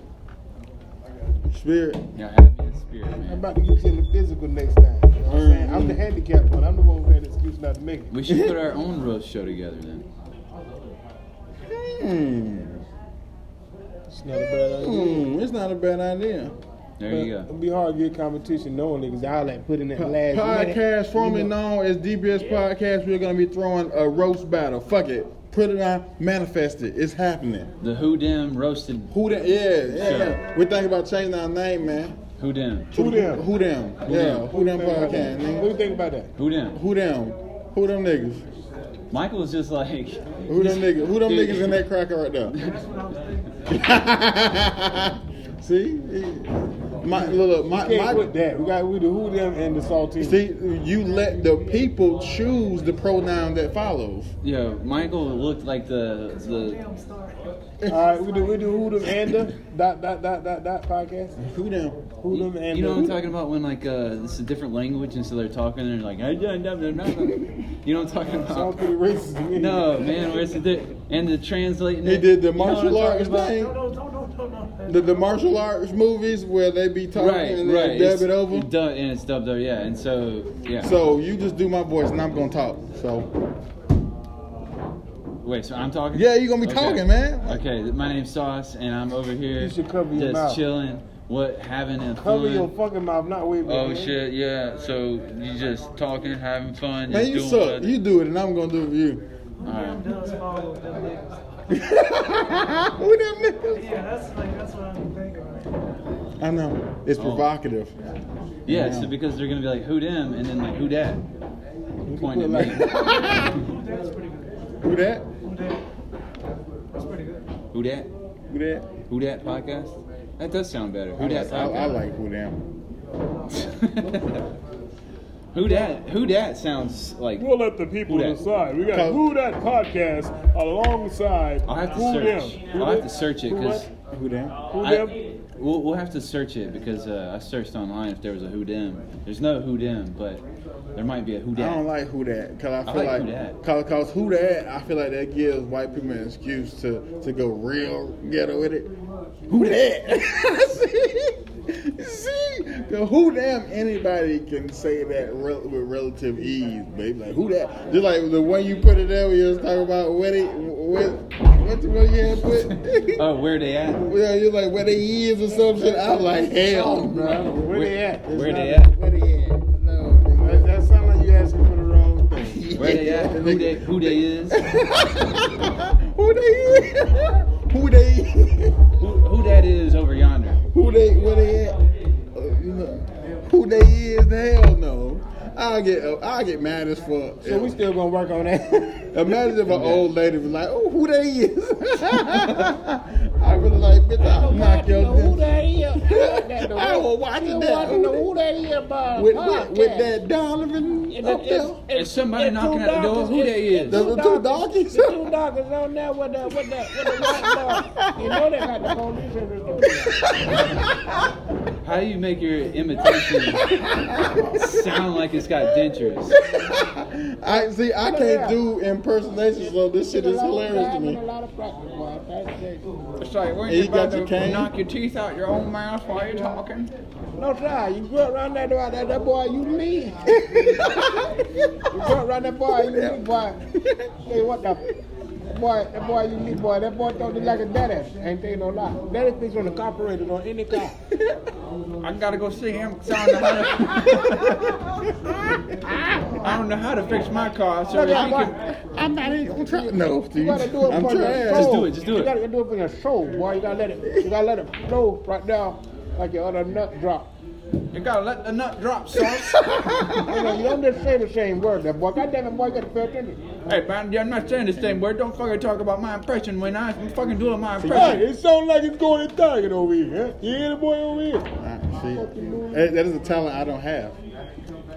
Speaker 1: Spirit.
Speaker 3: Y'all have me in spirit,
Speaker 2: I'm
Speaker 3: man.
Speaker 2: about to get you in the physical next time. You know what I'm saying? I'm the handicapped one. I'm the one who had an excuse not to make it.
Speaker 3: We should put our own roast show together then.
Speaker 1: Hmm.
Speaker 2: It's not a bad idea.
Speaker 1: Hmm. It's not a bad idea.
Speaker 3: There you
Speaker 2: But
Speaker 3: go.
Speaker 2: It'd be hard to get competition knowing niggas all like putting that last
Speaker 1: Podcast
Speaker 2: minute.
Speaker 1: formerly
Speaker 2: You know-
Speaker 1: known as DBS Podcast. We're gonna be throwing a roast battle. Fuck it. Put it on. Manifest it. It's happening.
Speaker 3: The Who Dem roasted
Speaker 1: Who them? Yeah, yeah. yeah. We think about changing our name, man.
Speaker 3: Who Dem.
Speaker 2: Who them?
Speaker 1: Who them? Yeah.
Speaker 3: them?
Speaker 1: Who them
Speaker 2: What do
Speaker 1: podcast?
Speaker 2: you think about that?
Speaker 1: nigga?
Speaker 2: What do you think about that?
Speaker 3: Who Dem.
Speaker 1: Who them? Who them niggas?
Speaker 3: Michael was just like
Speaker 1: Who them niggas? Who them
Speaker 3: Dude.
Speaker 1: niggas in that cracker right there? See, my look, my,
Speaker 2: Can't
Speaker 1: my
Speaker 2: put that. We got we the who them and the saltine.
Speaker 1: see, you let the people choose the pronoun that follows.
Speaker 3: yo, Michael looked like the the
Speaker 2: All right, we do we do who them and the dot dot dot dot dot podcast.
Speaker 1: Who them?
Speaker 2: Who them and
Speaker 3: you know
Speaker 2: the
Speaker 3: what I'm talking about when like uh this is a different language and so they're talking and they're like I done done done done." you know what I'm talking
Speaker 2: Sound
Speaker 3: about
Speaker 2: pretty racist to me.
Speaker 3: no man where's the di- and the translating
Speaker 1: He
Speaker 3: it.
Speaker 1: did the
Speaker 3: You know what I'm
Speaker 1: martial
Speaker 3: talking
Speaker 1: arts
Speaker 3: about?
Speaker 1: thing. The, the martial arts movies where they be talking
Speaker 3: right
Speaker 1: and
Speaker 3: right
Speaker 1: they dub
Speaker 3: it's-
Speaker 1: it over.
Speaker 3: du- and it's dubbed over yeah and so yeah
Speaker 1: So you just do my voice and I'm gonna talk. So
Speaker 3: wait so I'm talking
Speaker 1: yeah, you gonna be
Speaker 3: Okay.
Speaker 1: talking, man.
Speaker 3: okay th- my name's Sauce and I'm over here
Speaker 2: You should cover your
Speaker 3: just
Speaker 2: mouth.
Speaker 3: chilling what having a
Speaker 2: Cover
Speaker 3: fun.
Speaker 2: your fucking mouth, not way back.
Speaker 3: Oh
Speaker 2: man.
Speaker 3: shit, yeah. So you just talking, having fun,
Speaker 1: Man,
Speaker 3: just
Speaker 1: you
Speaker 3: doing
Speaker 1: suck.
Speaker 3: what
Speaker 1: You do it and I'm gonna do it for you.
Speaker 3: Alright.
Speaker 4: does follow them niggas.
Speaker 1: Who them niggas?
Speaker 4: Yeah, that's like that's what I'm thinking. Right?
Speaker 1: I know.
Speaker 3: Oh.
Speaker 1: It's provocative.
Speaker 3: Yeah,
Speaker 1: Yeah.
Speaker 3: so because they're gonna be like who them and then like who that? Point at
Speaker 2: put
Speaker 3: me.
Speaker 4: That's pretty good.
Speaker 1: Who that?
Speaker 4: That's pretty good.
Speaker 3: who that?
Speaker 1: Who that?
Speaker 3: Who that podcast? That does sound better. Who that
Speaker 1: I, I,
Speaker 3: podcast?
Speaker 1: I like who them.
Speaker 3: who that? Who that sounds like?
Speaker 2: We'll let the people
Speaker 3: Who that?
Speaker 2: decide. We got
Speaker 1: Co-
Speaker 2: Who That Podcast alongside
Speaker 3: I'll have to
Speaker 2: Who
Speaker 3: search.
Speaker 2: Them.
Speaker 3: I'll have to search it
Speaker 2: Who
Speaker 3: because
Speaker 1: Who them?
Speaker 2: Who Them?
Speaker 3: we'll, we'll have to search it because uh, I searched online if there was a who them. There's no who them, but There might be a who
Speaker 1: I don't
Speaker 3: dat.
Speaker 1: like who that because I feel
Speaker 3: like
Speaker 1: like,
Speaker 3: who dat.
Speaker 1: cause, cause who that I feel like that gives white people an excuse to, to go real ghetto with it. Who that? see, see, 'Cause who damn anybody can say that rel- with relative ease, baby. Like who that? Just like the one you put it there when you was talking about where they what what the one you had put.
Speaker 3: Oh, where they at?
Speaker 1: Yeah, you're like where they is or something. I'm like hell no.
Speaker 2: Where they at? It's
Speaker 3: Where
Speaker 2: not-
Speaker 3: they at?
Speaker 1: Where they at? No, nigga.
Speaker 2: That, that sounds like you asking for the wrong thing.
Speaker 3: Where they at? Who they? Who they is?
Speaker 1: who they is? who they
Speaker 3: Who, who that is over yonder?
Speaker 1: who they where they at? Uh, you know, who they is? Hell no. I get uh, I get mad as fuck.
Speaker 2: So we still gonna work on that.
Speaker 1: Imagine if an old lady was like, "Oh, who they is?" I was like, "Bitch, I'll knock your bitch." I was watching that. Who they- With, with, with that Donovan up there,
Speaker 3: Is somebody knocking at the door? Who that is?
Speaker 1: the, the two donkeys.
Speaker 5: Two dogs on there with the with the with the white dog. You know they got the police in the door.
Speaker 3: How do you make your imitation sound like it's got dentures?
Speaker 1: I see. I can't do impersonations, so this shit is hilarious to me.
Speaker 5: A lot of practice, boy. That's it.
Speaker 6: It's like, weren't
Speaker 1: He
Speaker 6: you
Speaker 1: got
Speaker 6: about
Speaker 1: your
Speaker 6: to
Speaker 1: cane?
Speaker 6: knock your teeth out your own mouth while you're talking?
Speaker 5: No try. You go around that door, that, that boy, you mean. you go around that boy, you mean, boy. Say what the boy, that boy, you mean, boy. That boy thought he like a deadass. Ain't they no lie. Deadass things on the carburetor on any car.
Speaker 6: I gotta go see him. 'cause I don't, know how to, I don't know how to fix my car, so
Speaker 5: Look
Speaker 6: if he
Speaker 5: at
Speaker 6: can
Speaker 5: that boy.
Speaker 1: I'm not even gonna try. No,
Speaker 5: You
Speaker 1: dude.
Speaker 5: gotta do it
Speaker 1: I'm
Speaker 5: for your
Speaker 1: trying.
Speaker 5: soul.
Speaker 3: Just do it, just do
Speaker 5: you
Speaker 3: it.
Speaker 5: gotta do it for your soul, boy. You gotta let it. You gotta let it flow right now, like your other nut drop.
Speaker 6: You gotta let the nut drop, sauce.
Speaker 5: You, know, you don't just say the same word, that boy. God damn it, boy, you gotta pay attention.
Speaker 6: hey, man, I'm not saying this thing, but don't fucking talk about my impression when I'm fucking doing my
Speaker 2: Hey,
Speaker 6: impression.
Speaker 2: it sounds like it's going to target over here. Huh? You hear the boy over here?
Speaker 1: Uh, see, that that is a talent I don't have.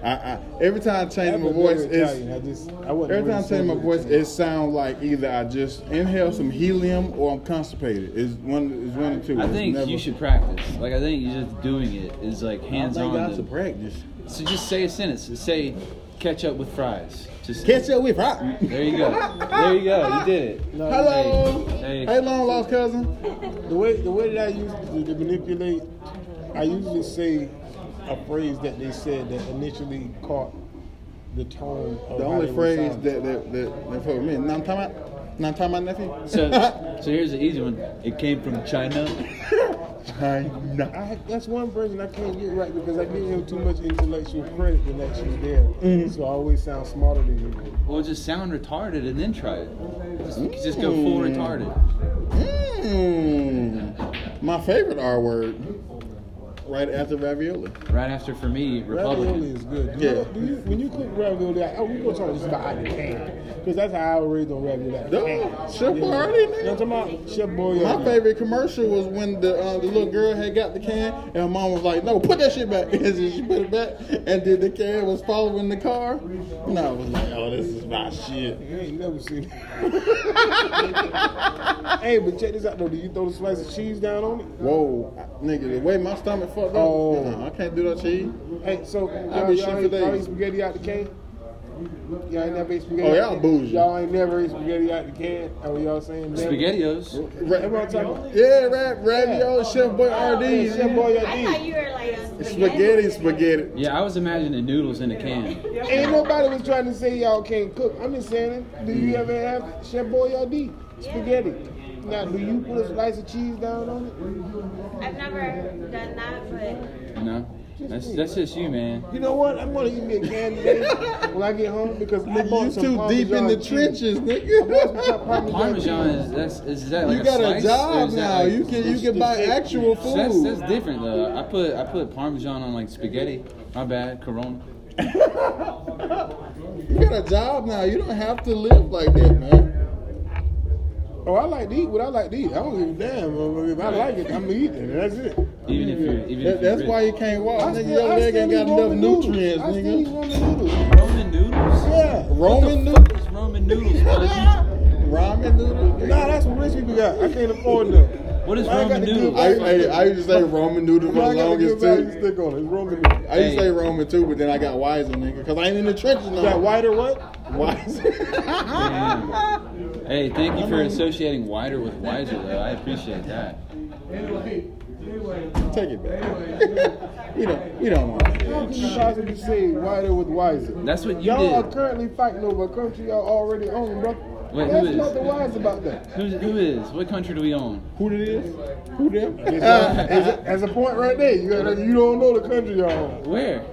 Speaker 1: I, I every time I change my voice,
Speaker 2: Italian. I
Speaker 1: it's
Speaker 2: just, I wasn't
Speaker 1: every time I
Speaker 2: really
Speaker 1: change my
Speaker 2: sure.
Speaker 1: voice, it sounds like either I just inhale some helium or I'm constipated. It's one, it's one or two.
Speaker 3: I
Speaker 1: It's
Speaker 3: think
Speaker 1: never-
Speaker 3: you should practice. Like I think you just doing it is like
Speaker 1: I don't
Speaker 3: hands
Speaker 1: think
Speaker 3: on.
Speaker 1: that's a practice.
Speaker 3: So just say a sentence. Say ketchup with fries. Just
Speaker 1: Catch up with rock.
Speaker 3: There you go. There you go. You did it.
Speaker 1: Hello.
Speaker 3: Hey.
Speaker 1: Hey, long lost cousin.
Speaker 2: The way the way that I used to manipulate, I usually say a phrase that they said that initially caught the tone. Of
Speaker 1: The
Speaker 2: how
Speaker 1: only
Speaker 2: they were
Speaker 1: phrase
Speaker 2: sounding.
Speaker 1: that that that, that for me, now I'm talking about, now I'm talking about nephew.
Speaker 3: So, so here's the easy one. It came from China.
Speaker 1: China.
Speaker 2: I, that's one version I can't get right because I give him too much intellectual credit than actually there.
Speaker 1: Mm-hmm.
Speaker 2: So I always sound smarter than you.
Speaker 3: Or just sound retarded and then try it. Just, just go full
Speaker 1: Mm.
Speaker 3: retarded.
Speaker 1: Mmm. My favorite R word. Right after ravioli.
Speaker 3: Right after for me,
Speaker 2: Ravioli
Speaker 3: Republican.
Speaker 2: is good. Do you
Speaker 1: Yeah.
Speaker 2: know- do you, when you cook ravioli, I, oh, we gonna talk just about out the can because that's how I was raised on ravioli. out the
Speaker 1: Duh,
Speaker 2: can.
Speaker 1: Chef
Speaker 2: Yeah.
Speaker 1: Boyardee,
Speaker 2: You know what I'm talking about? Chef Boyardee.
Speaker 1: My favorite commercial was when the uh, the little girl had got the can and her mom was like, "No, put that shit back." And so she put it back, and then the can was following the car. And I was like, "Oh, this is my shit."
Speaker 2: You ain't never seen it. hey, but check this out though. Do you throw the slice of cheese down on it?
Speaker 1: Whoa, I- nigga, the way my stomach fucked up.
Speaker 2: Oh.
Speaker 1: uh-uh, I can't do that cheese.
Speaker 2: Hey, so y'all,
Speaker 1: be shit
Speaker 2: y'all,
Speaker 1: for
Speaker 2: eat, y'all
Speaker 1: days.
Speaker 2: eat spaghetti out the can? Y'all ain't never ate spaghetti.
Speaker 1: Oh,
Speaker 2: out
Speaker 1: y'all
Speaker 2: the can?
Speaker 1: bougie.
Speaker 2: Y'all ain't never ate spaghetti out the can. That's what y'all saying? Never?
Speaker 3: Spaghettios.
Speaker 1: Ra-
Speaker 2: That's what I'm talking about.
Speaker 1: yeah, rap, ravioli, chef boy
Speaker 2: Hey, Chef
Speaker 1: RD,
Speaker 7: I
Speaker 2: Boyardee.
Speaker 7: thought you were like a
Speaker 1: spaghetti, spaghetti.
Speaker 3: Yeah, I was imagining noodles in a can.
Speaker 2: Ain't nobody was trying to say y'all can't cook. I'm just saying, do you ever have Chef Boyardee spaghetti? Now, do you put a slice of cheese down on it?
Speaker 7: I've never done that, but
Speaker 3: No, that's that's just you, man.
Speaker 2: You know what? I'm gonna eat me a can today when I get home because I
Speaker 1: Nigga,
Speaker 2: bought
Speaker 1: you
Speaker 2: some
Speaker 1: too deep in
Speaker 2: Parmesan
Speaker 1: the
Speaker 2: cheese.
Speaker 1: trenches,
Speaker 2: Bought some
Speaker 1: nigga.
Speaker 2: Parmesan
Speaker 3: Parmesan
Speaker 2: cheese.
Speaker 3: is that's is that like
Speaker 1: you got a
Speaker 3: slice, or
Speaker 1: job
Speaker 3: is that
Speaker 1: now.
Speaker 3: like-
Speaker 1: You can you can buy actual
Speaker 3: So that's that's
Speaker 1: food.
Speaker 3: different though. I put I put Parmesan on like spaghetti. My bad, Corona.
Speaker 1: You got a job now. You don't have to live like that, man.
Speaker 2: Oh, I like to eat what I like to eat. I don't give a damn. If I like it, I'm eating it. That's it.
Speaker 3: Even if you're even if
Speaker 1: That,
Speaker 3: you're
Speaker 1: that's why
Speaker 3: rich.
Speaker 1: you can't walk,
Speaker 2: I
Speaker 1: nigga.
Speaker 2: still,
Speaker 1: Your
Speaker 2: I
Speaker 1: leg
Speaker 2: still
Speaker 1: ain't
Speaker 2: eat
Speaker 1: got enough
Speaker 2: Roman noodles.
Speaker 1: nutrients,
Speaker 2: I still eat
Speaker 1: nigga.
Speaker 2: Roman noodles.
Speaker 3: Roman noodles.
Speaker 2: Yeah.
Speaker 1: Roman
Speaker 3: What the
Speaker 1: noodles,
Speaker 3: fuck is Roman noodles? bud?
Speaker 1: ramen noodles.
Speaker 2: Nah, that's what rich people got. I can't afford them.
Speaker 3: What is
Speaker 2: I ain't
Speaker 3: Roman
Speaker 2: got to do-
Speaker 3: noodles?
Speaker 1: I, I, I used to say Roman noodle for
Speaker 2: Well,
Speaker 1: the
Speaker 2: I got to
Speaker 1: longest
Speaker 2: get back and
Speaker 1: too.
Speaker 2: stick on it. It's Roman noodles.
Speaker 1: I used to
Speaker 3: Hey.
Speaker 1: say Roman too, but then I got wiser, nigga, because I ain't in the trenches no
Speaker 2: You got
Speaker 1: more.
Speaker 2: white or what?
Speaker 1: Wiser.
Speaker 3: Damn. Hey, thank you for associating wider with wiser, though. I appreciate that.
Speaker 1: Take it back. we don't, we don't want to hear
Speaker 2: How
Speaker 1: that
Speaker 2: can
Speaker 1: shit.
Speaker 2: you possibly say wider with wiser?
Speaker 3: That's what you
Speaker 2: Y'all are
Speaker 3: did.
Speaker 2: currently fighting over a country y'all already own, bro.
Speaker 3: Wait, who
Speaker 2: That's
Speaker 3: is?
Speaker 2: nothing wise about that.
Speaker 3: Who's, who is? What country do we own?
Speaker 2: Who it is? Who them?
Speaker 1: Uh,
Speaker 2: That's a point right there. You, gotta- you don't know the country y'all own.
Speaker 3: Where?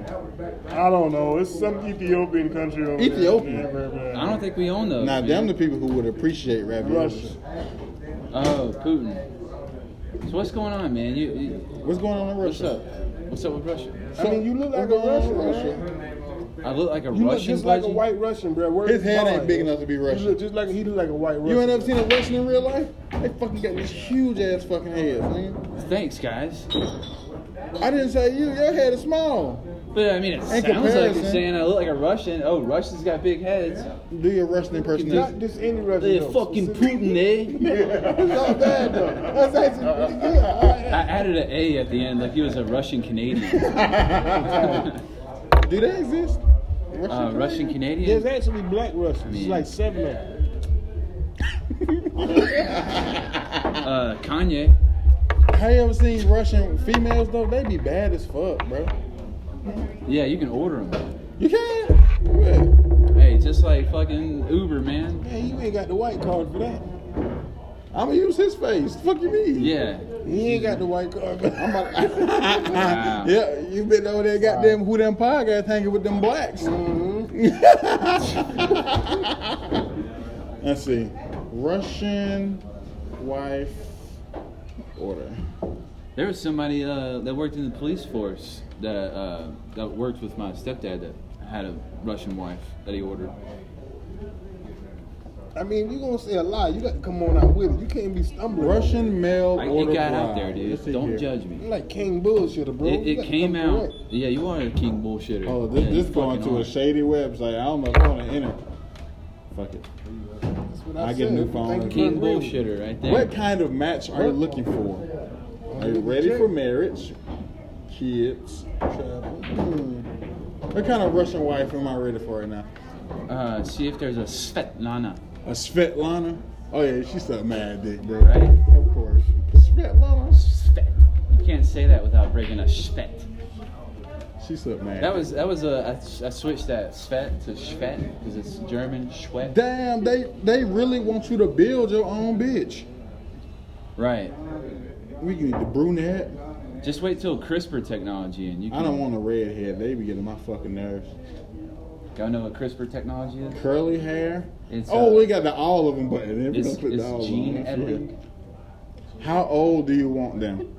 Speaker 2: I don't know. It's some Ethiopian country over there.
Speaker 1: Ethiopian?
Speaker 2: Yeah, bro, bro.
Speaker 3: I don't think we own those.
Speaker 1: Now,
Speaker 3: man.
Speaker 1: them the people who would appreciate ravioli.
Speaker 2: Russia.
Speaker 3: Oh, Putin. So what's going on, man? You, you
Speaker 1: What's going on in
Speaker 3: what's
Speaker 1: Russia?
Speaker 3: up? What's up with Russia?
Speaker 2: I mean, you look like
Speaker 1: What's
Speaker 2: a
Speaker 1: going on
Speaker 2: Russian,
Speaker 1: in
Speaker 2: man.
Speaker 3: I look like a
Speaker 2: You look
Speaker 3: Russian.
Speaker 2: just like a
Speaker 3: budgie?
Speaker 2: white Russian, bro. Where
Speaker 1: His head
Speaker 2: mine?
Speaker 1: ain't big enough to be
Speaker 2: You
Speaker 1: Russian.
Speaker 2: look just like he look like a white Russian.
Speaker 1: You ain't ever seen a Russian in real life? They fucking got these huge ass fucking heads, man.
Speaker 3: Thanks, guys.
Speaker 1: I didn't say you. Your head is small.
Speaker 3: But I mean, it sounds like
Speaker 1: comparison.
Speaker 3: you're saying I look like a Russian. Oh, Russians got big heads.
Speaker 1: Do your Russian
Speaker 2: Not
Speaker 1: impersonation.
Speaker 2: just any Russian.
Speaker 3: They
Speaker 2: though.
Speaker 3: fucking
Speaker 2: Specific-
Speaker 3: Putin, eh?
Speaker 2: It's not bad though. That's actually pretty good.
Speaker 3: I
Speaker 2: I- I-
Speaker 3: added an A at the end, like he was a Russian Canadian.
Speaker 1: Do they exist? Russian
Speaker 3: Uh,
Speaker 1: Canadian?
Speaker 3: Russian
Speaker 2: There's
Speaker 3: Canadian.
Speaker 2: actually black Russians. It's
Speaker 3: Man.
Speaker 2: like seven of them.
Speaker 3: Uh, Kanye.
Speaker 1: Have you ever seen Russian females though? They be bad as fuck, bro.
Speaker 3: Yeah, you can order them.
Speaker 1: You can. Yeah.
Speaker 3: Hey, just like fucking Uber, man.
Speaker 2: Man, you ain't got the white card for that.
Speaker 1: I'ma use his face. Fuck you mean?
Speaker 3: Yeah.
Speaker 1: He ain't got the white card. I'm about
Speaker 3: Wow.
Speaker 1: yeah, you been over there, goddamn, who them podcast hanging with them blacks.
Speaker 3: Mm-hmm.
Speaker 1: Let's see. Russian wife order.
Speaker 3: There was somebody uh, that worked in the police force that uh, that worked with my stepdad that had a Russian wife that he ordered.
Speaker 2: I mean, you gonna say a lie? You got to come on out with it. You can't be stumbling.
Speaker 1: Russian male
Speaker 3: I,
Speaker 1: order.
Speaker 3: it got out
Speaker 1: bride.
Speaker 3: there,
Speaker 1: Let's
Speaker 3: dude.
Speaker 1: see
Speaker 3: Don't
Speaker 1: here.
Speaker 3: judge
Speaker 2: You
Speaker 3: me.
Speaker 2: like King bullshitter, bro.
Speaker 3: It,
Speaker 2: You got
Speaker 3: it
Speaker 2: to
Speaker 3: came
Speaker 2: come
Speaker 3: out.
Speaker 2: correct.
Speaker 3: Yeah, you are a king bullshitter.
Speaker 1: Oh, this,
Speaker 3: yeah,
Speaker 1: this
Speaker 3: you
Speaker 1: going
Speaker 3: fucking
Speaker 1: to
Speaker 3: are.
Speaker 1: a shady website. I don't know if I want to enter. Fuck it.
Speaker 2: That's what
Speaker 1: I get a new
Speaker 2: If you
Speaker 1: phone.
Speaker 2: think you
Speaker 3: King
Speaker 2: agree with me.
Speaker 3: bullshitter right there.
Speaker 1: What kind of match are you looking for? Are you ready for marriage? Kids? Travel? Hmm. What kind of Russian wife am I ready for right now?
Speaker 3: Uh, see if there's a Svetlana,
Speaker 1: A Svetlana? Oh yeah, she's a mad dick, bro.
Speaker 3: right?
Speaker 1: Of course. Svetlana?
Speaker 3: Svet. You can't say that without breaking a Svet.
Speaker 1: She's a mad
Speaker 3: That
Speaker 1: dick.
Speaker 3: was that was a I, I switched that Svet to Schvet because it's German Schwet.
Speaker 1: Damn, they, they really want you to build your own bitch.
Speaker 3: Right.
Speaker 1: We can need the brunette.
Speaker 3: Just wait till CRISPR technology and you can.
Speaker 1: I don't want a redhead. They be getting my fucking nerves.
Speaker 3: Y'all know what CRISPR technology is?
Speaker 1: Curly hair.
Speaker 3: It's,
Speaker 1: oh,
Speaker 3: uh,
Speaker 1: we got the all of them button. Then we
Speaker 3: It's,
Speaker 1: gonna click the all
Speaker 3: it's
Speaker 1: of
Speaker 3: gene
Speaker 1: them. That's weird.
Speaker 3: editing.
Speaker 1: How old do you want them?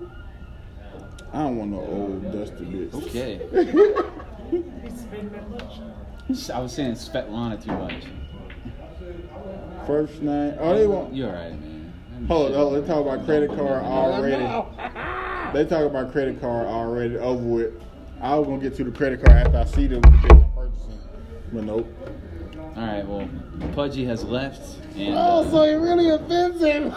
Speaker 1: I don't want no old dusty bitch.
Speaker 3: Okay.
Speaker 4: It's been that much.
Speaker 3: I was saying Svetlana too much.
Speaker 1: First name. Oh, they want.
Speaker 3: You're alright, man.
Speaker 1: Hold on. They talk about credit card already. They talk about credit card already. Over with. I was gonna get to the credit card after I see them the bitch I'm purchasing. But nope.
Speaker 3: Alright, well, Pudgy has left and.
Speaker 2: Oh,
Speaker 3: uh,
Speaker 2: so he really offensive.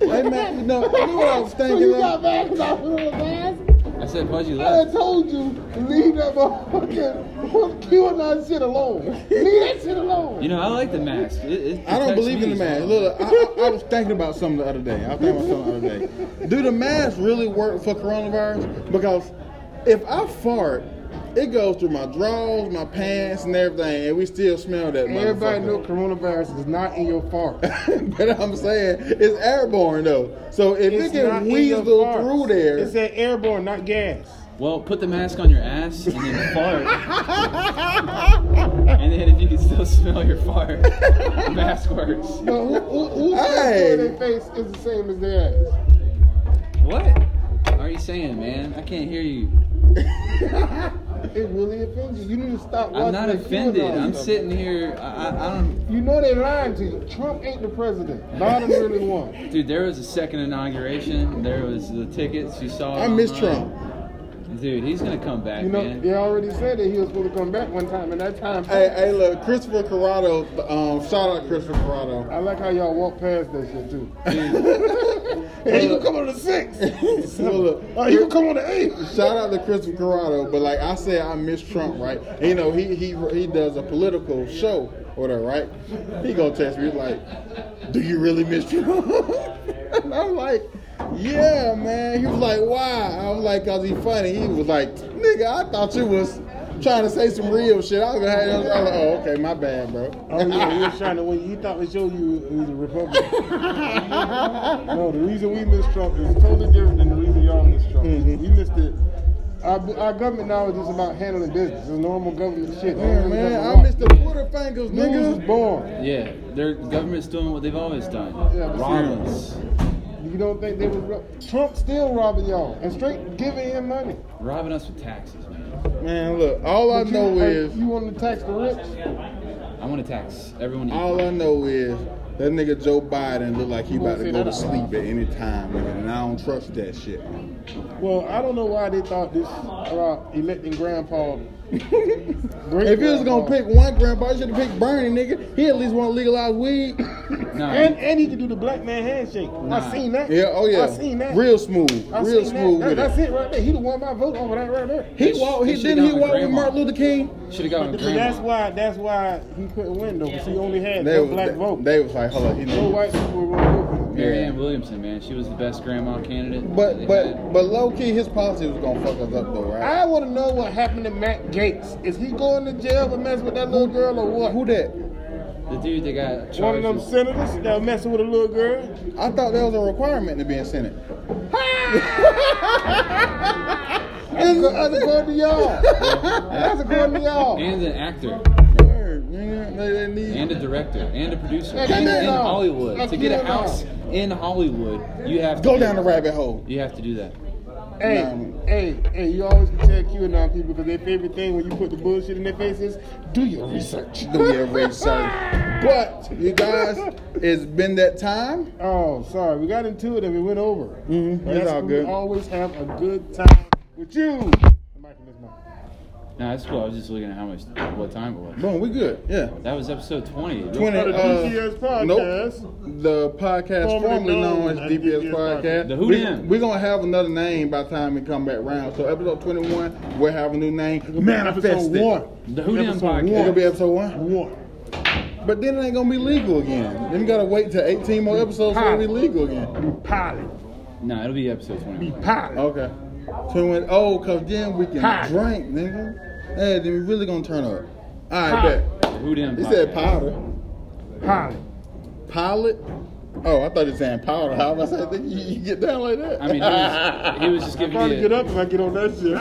Speaker 1: Hey man, no. You know what I was
Speaker 2: so
Speaker 1: thinking?
Speaker 2: you
Speaker 1: of?
Speaker 2: got mad because I was asking.
Speaker 3: I said Pudgy
Speaker 2: I
Speaker 3: left.
Speaker 2: told you, leave that motherfucking kill that shit alone. Leave that shit alone.
Speaker 3: You know, I like the mask. It, it
Speaker 1: I don't
Speaker 3: protects
Speaker 1: believe
Speaker 3: me
Speaker 1: in the
Speaker 3: as
Speaker 1: mask.
Speaker 3: well.
Speaker 1: Look, I, I, I was thinking about something the other day. I was thinking about something the other day. Do the masks really work for coronavirus? Because if I fart, it goes through my drawers, my pants, and everything, and we still smell that.
Speaker 2: Everybody
Speaker 1: motherfucker.
Speaker 2: know coronavirus is not in your fart.
Speaker 1: but I'm saying it's airborne though. So if it
Speaker 2: not
Speaker 1: can
Speaker 2: in your
Speaker 1: weasel
Speaker 2: farts.
Speaker 1: through there,
Speaker 2: It said airborne, not gas.
Speaker 3: Well, put the mask on your ass and then fart. and then if you can still smell your fart, the mask works.
Speaker 2: But who, who, who
Speaker 1: Hey.
Speaker 2: their face is the same as their ass?
Speaker 3: What are you saying, man? I can't hear you.
Speaker 2: It really offends you. You need to stop watching.
Speaker 3: I'm not
Speaker 2: that
Speaker 3: offended.
Speaker 2: QAnon
Speaker 3: I'm
Speaker 2: stuff.
Speaker 3: sitting here. I, I, I don't.
Speaker 2: You know they lying to you. Trump ain't the president. Biden really won.
Speaker 3: Dude, there was a second inauguration. There was the tickets you saw.
Speaker 1: I miss
Speaker 3: online.
Speaker 1: Trump.
Speaker 3: It's dude, he's gonna come back,
Speaker 5: You know,
Speaker 3: man.
Speaker 5: they already said that he was supposed to come back one time, and that time,
Speaker 1: Hey, hey, look, Christopher Corrado. Um, shout out Christopher Corrado.
Speaker 5: I like how y'all walk past that shit too.
Speaker 1: Hey, you come on the sixth. look, oh, you come on the eighth. Shout out to Christopher Corrado. But like I said, I miss Trump, right? And, you know, he he he does a political show or whatever, right? He gonna text me he's like, "Do you really miss Trump?" and I'm like. Yeah, man. He was like, "Why?" I was like, "Cause he funny." He was like, "Nigga, I thought you was trying to say some real shit." I was gonna have. I was like, "Oh, okay, my bad, bro."
Speaker 2: Oh yeah, he was trying to win. He thought the show you was a Republican. no, the reason we miss Trump is totally different than the reason y'all miss Trump.
Speaker 1: Mm-hmm.
Speaker 2: We missed it.
Speaker 5: Our, our government now is just about handling business. It's normal government shit.
Speaker 1: Yeah, man, I miss the Porterfingers,
Speaker 5: Niggas
Speaker 1: nigga.
Speaker 5: was born.
Speaker 3: Yeah, their government's doing what they've always done.
Speaker 5: Yeah, but
Speaker 3: Rob us.
Speaker 5: You don't think they was ro- Trump still robbing y'all and straight giving him money?
Speaker 3: Robbing us with taxes, man.
Speaker 1: Man, look, all I
Speaker 5: But you-
Speaker 1: know
Speaker 5: like,
Speaker 1: is,
Speaker 5: you want to tax the rich?
Speaker 3: I want to tax everyone.
Speaker 1: all I know is that nigga Joe Biden look like he about to
Speaker 5: say
Speaker 1: go
Speaker 5: that
Speaker 1: to
Speaker 5: out
Speaker 1: sleep at any time, man, and I don't trust that shit. man.
Speaker 5: Well, I don't know why they thought this about electing grandpa. Great
Speaker 1: If you
Speaker 5: grandpa.
Speaker 1: was gonna pick one grandpa, you should have picked Bernie, nigga. He at least want to legalize weed.
Speaker 3: No,
Speaker 2: And and he can do the black man handshake. I seen that.
Speaker 1: Yeah, oh yeah,
Speaker 2: I seen that.
Speaker 1: real smooth,
Speaker 5: I
Speaker 1: real
Speaker 5: seen
Speaker 1: smooth
Speaker 5: That. That-
Speaker 1: with
Speaker 5: that's
Speaker 1: it.
Speaker 5: it right there. He the one my vote over that right there.
Speaker 1: He walked. He
Speaker 3: They should've
Speaker 1: didn't he
Speaker 3: gone with
Speaker 1: walk with
Speaker 3: grandma.
Speaker 1: Martin Luther King.
Speaker 3: should have gone
Speaker 2: But
Speaker 3: with
Speaker 2: that's
Speaker 3: grandma.
Speaker 2: why that's why he couldn't win though, because he only had
Speaker 1: They
Speaker 2: one
Speaker 1: was,
Speaker 2: black
Speaker 1: they,
Speaker 2: vote.
Speaker 1: they was like, hold on, he
Speaker 5: No
Speaker 1: need-
Speaker 5: white people were gonna vote for him.
Speaker 3: Mary
Speaker 1: Yeah.
Speaker 3: Ann Williamson, man, she was the best grandma candidate. they
Speaker 1: But
Speaker 3: had.
Speaker 1: but but low key, his policy was gonna fuck us up though, right?
Speaker 5: I want to know what happened to Matt Gates. Is he going to jail for messing with that little girl or what?
Speaker 1: Who that?
Speaker 3: the dude that got
Speaker 2: One of
Speaker 3: charged.
Speaker 2: them
Speaker 3: with-
Speaker 2: senators that was messing with a little girl.
Speaker 1: I thought that was a requirement to be in Senate.
Speaker 5: That's, that's according to y'all. That's according to y'all.
Speaker 3: and an actor,
Speaker 1: Word, nigga. They didn't need-
Speaker 3: and a director, and a producer,
Speaker 5: Like,
Speaker 3: and
Speaker 5: you
Speaker 3: in
Speaker 5: know.
Speaker 3: Hollywood.
Speaker 5: Like,
Speaker 3: to get
Speaker 5: you
Speaker 3: a
Speaker 5: know.
Speaker 3: house in Hollywood, you have to
Speaker 1: Go down the rabbit hole.
Speaker 3: You have to do that.
Speaker 5: Hey,
Speaker 1: No.
Speaker 5: hey, hey, you always protect QAnon people because their favorite thing when you put the bullshit in their faces, do your research.
Speaker 1: Do your research. But you guys, it's been that time.
Speaker 5: Oh, sorry. We got into it and we went over.
Speaker 1: Mhm,
Speaker 5: But
Speaker 1: it's
Speaker 5: that's
Speaker 1: all
Speaker 5: when
Speaker 1: good.
Speaker 5: We always have a good time with you. The mic in this mouth.
Speaker 3: No, that's cool. I was just looking at how much, what time it was.
Speaker 1: Boom, we good. Yeah.
Speaker 3: That was episode 20.
Speaker 1: Twenty.
Speaker 2: For the
Speaker 1: uh,
Speaker 2: DPS
Speaker 1: Nope.
Speaker 2: podcast.
Speaker 1: The podcast
Speaker 2: Formerly
Speaker 1: formerly known
Speaker 2: known
Speaker 1: as
Speaker 2: as
Speaker 1: DPS Podcast.
Speaker 2: DPS podcast.
Speaker 3: The Who Dem.
Speaker 1: We're gonna have another name by the time we come back round. So episode twenty one, we'll have a new name. Manifest
Speaker 2: Episode
Speaker 1: it.
Speaker 2: one.
Speaker 3: The Who Dam
Speaker 2: Episode
Speaker 1: It's gonna
Speaker 3: Podcast.
Speaker 1: be episode one.
Speaker 2: One.
Speaker 1: But then it ain't gonna be legal again. Then you gotta wait till eighteen more episodes for it to be legal again.
Speaker 2: Pilot.
Speaker 3: No, it'll be episode 21.
Speaker 2: Pilot.
Speaker 1: Okay. Twenty one. Oh, cause then we can
Speaker 2: Pie.
Speaker 1: drink, nigga. Hey, then we really gonna turn up. All right,
Speaker 2: Pie.
Speaker 1: bet.
Speaker 3: The Who Dam
Speaker 1: He
Speaker 3: Podcast.
Speaker 1: said powder.
Speaker 2: Pilot.
Speaker 1: Pilot? Oh, I thought he was saying powder. How was I think you, you get down like that?
Speaker 3: I mean, he was, he was just giving
Speaker 2: Trying to
Speaker 3: me
Speaker 2: get
Speaker 3: a,
Speaker 2: up if I get on that shit.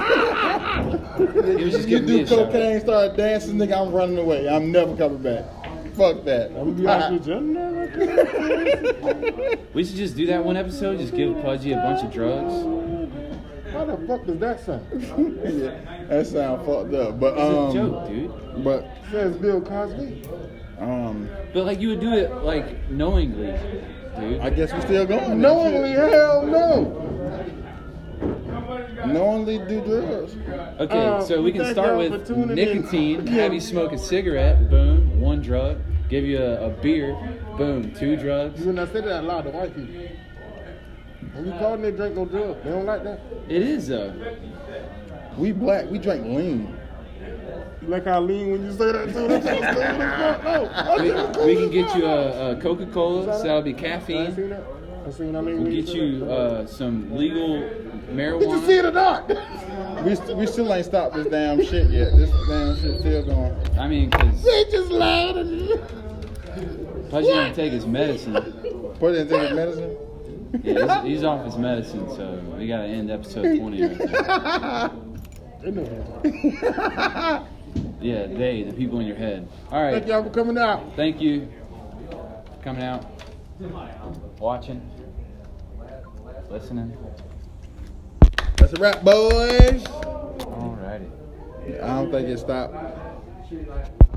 Speaker 3: he was just
Speaker 1: you
Speaker 3: giving me
Speaker 1: do
Speaker 3: a shout out.
Speaker 1: cocaine, start dancing, nigga. I'm running away. I'm never coming back. Fuck that.
Speaker 2: I'm gonna be honest with you. I'm never gonna
Speaker 3: We should just do that one episode, just give Pudgy a bunch of drugs.
Speaker 5: How the fuck does that sound?
Speaker 1: Yeah, that sound fucked up, but
Speaker 3: It's
Speaker 1: um,
Speaker 3: a joke, dude.
Speaker 1: but
Speaker 5: Says Bill Cosby.
Speaker 1: um,
Speaker 3: But, like, you would do it, like, knowingly, dude.
Speaker 1: I guess we're still going.
Speaker 5: Knowingly, hell no.
Speaker 1: knowingly do drugs.
Speaker 3: Okay,
Speaker 2: Uh,
Speaker 3: so we can
Speaker 2: thank
Speaker 3: start
Speaker 2: y'all
Speaker 3: with
Speaker 2: for tuning in.
Speaker 3: nicotine. Have you smoke a cigarette? Boom. One drug. Give you a, a beer. Boom. Two drugs.
Speaker 5: When I said that out loud to white people. When you call them, they drink no drug. They don't like that.
Speaker 3: It is though.
Speaker 1: We black. We drink lean.
Speaker 2: You like how I lean when you say that too? That's what's cool as fuck. No, I'm
Speaker 3: We,
Speaker 2: cool
Speaker 3: we
Speaker 2: as
Speaker 3: can get
Speaker 2: fuck.
Speaker 3: you a, a Coca Cola, so that'll be
Speaker 5: I
Speaker 3: caffeine.
Speaker 5: seen that. I seen I mean.
Speaker 3: We'll get you uh, some legal marijuana.
Speaker 5: Did you see it or not?
Speaker 1: We st- we still ain't stopped this damn shit yet. This damn shit still going.
Speaker 3: I mean, because
Speaker 5: they just lied to me.
Speaker 3: Pudgy didn't take his medicine.
Speaker 1: Put it in his medicine.
Speaker 3: Yeah, he's, he's off his medicine, so we gotta end episode 20 right now.
Speaker 5: They know that.
Speaker 3: Yeah, they, the people in your head. All right.
Speaker 5: Thank y'all for coming out.
Speaker 3: Thank you. Coming out. Watching. Listening.
Speaker 1: That's a wrap, boys.
Speaker 3: Alrighty.
Speaker 1: I don't think it stopped.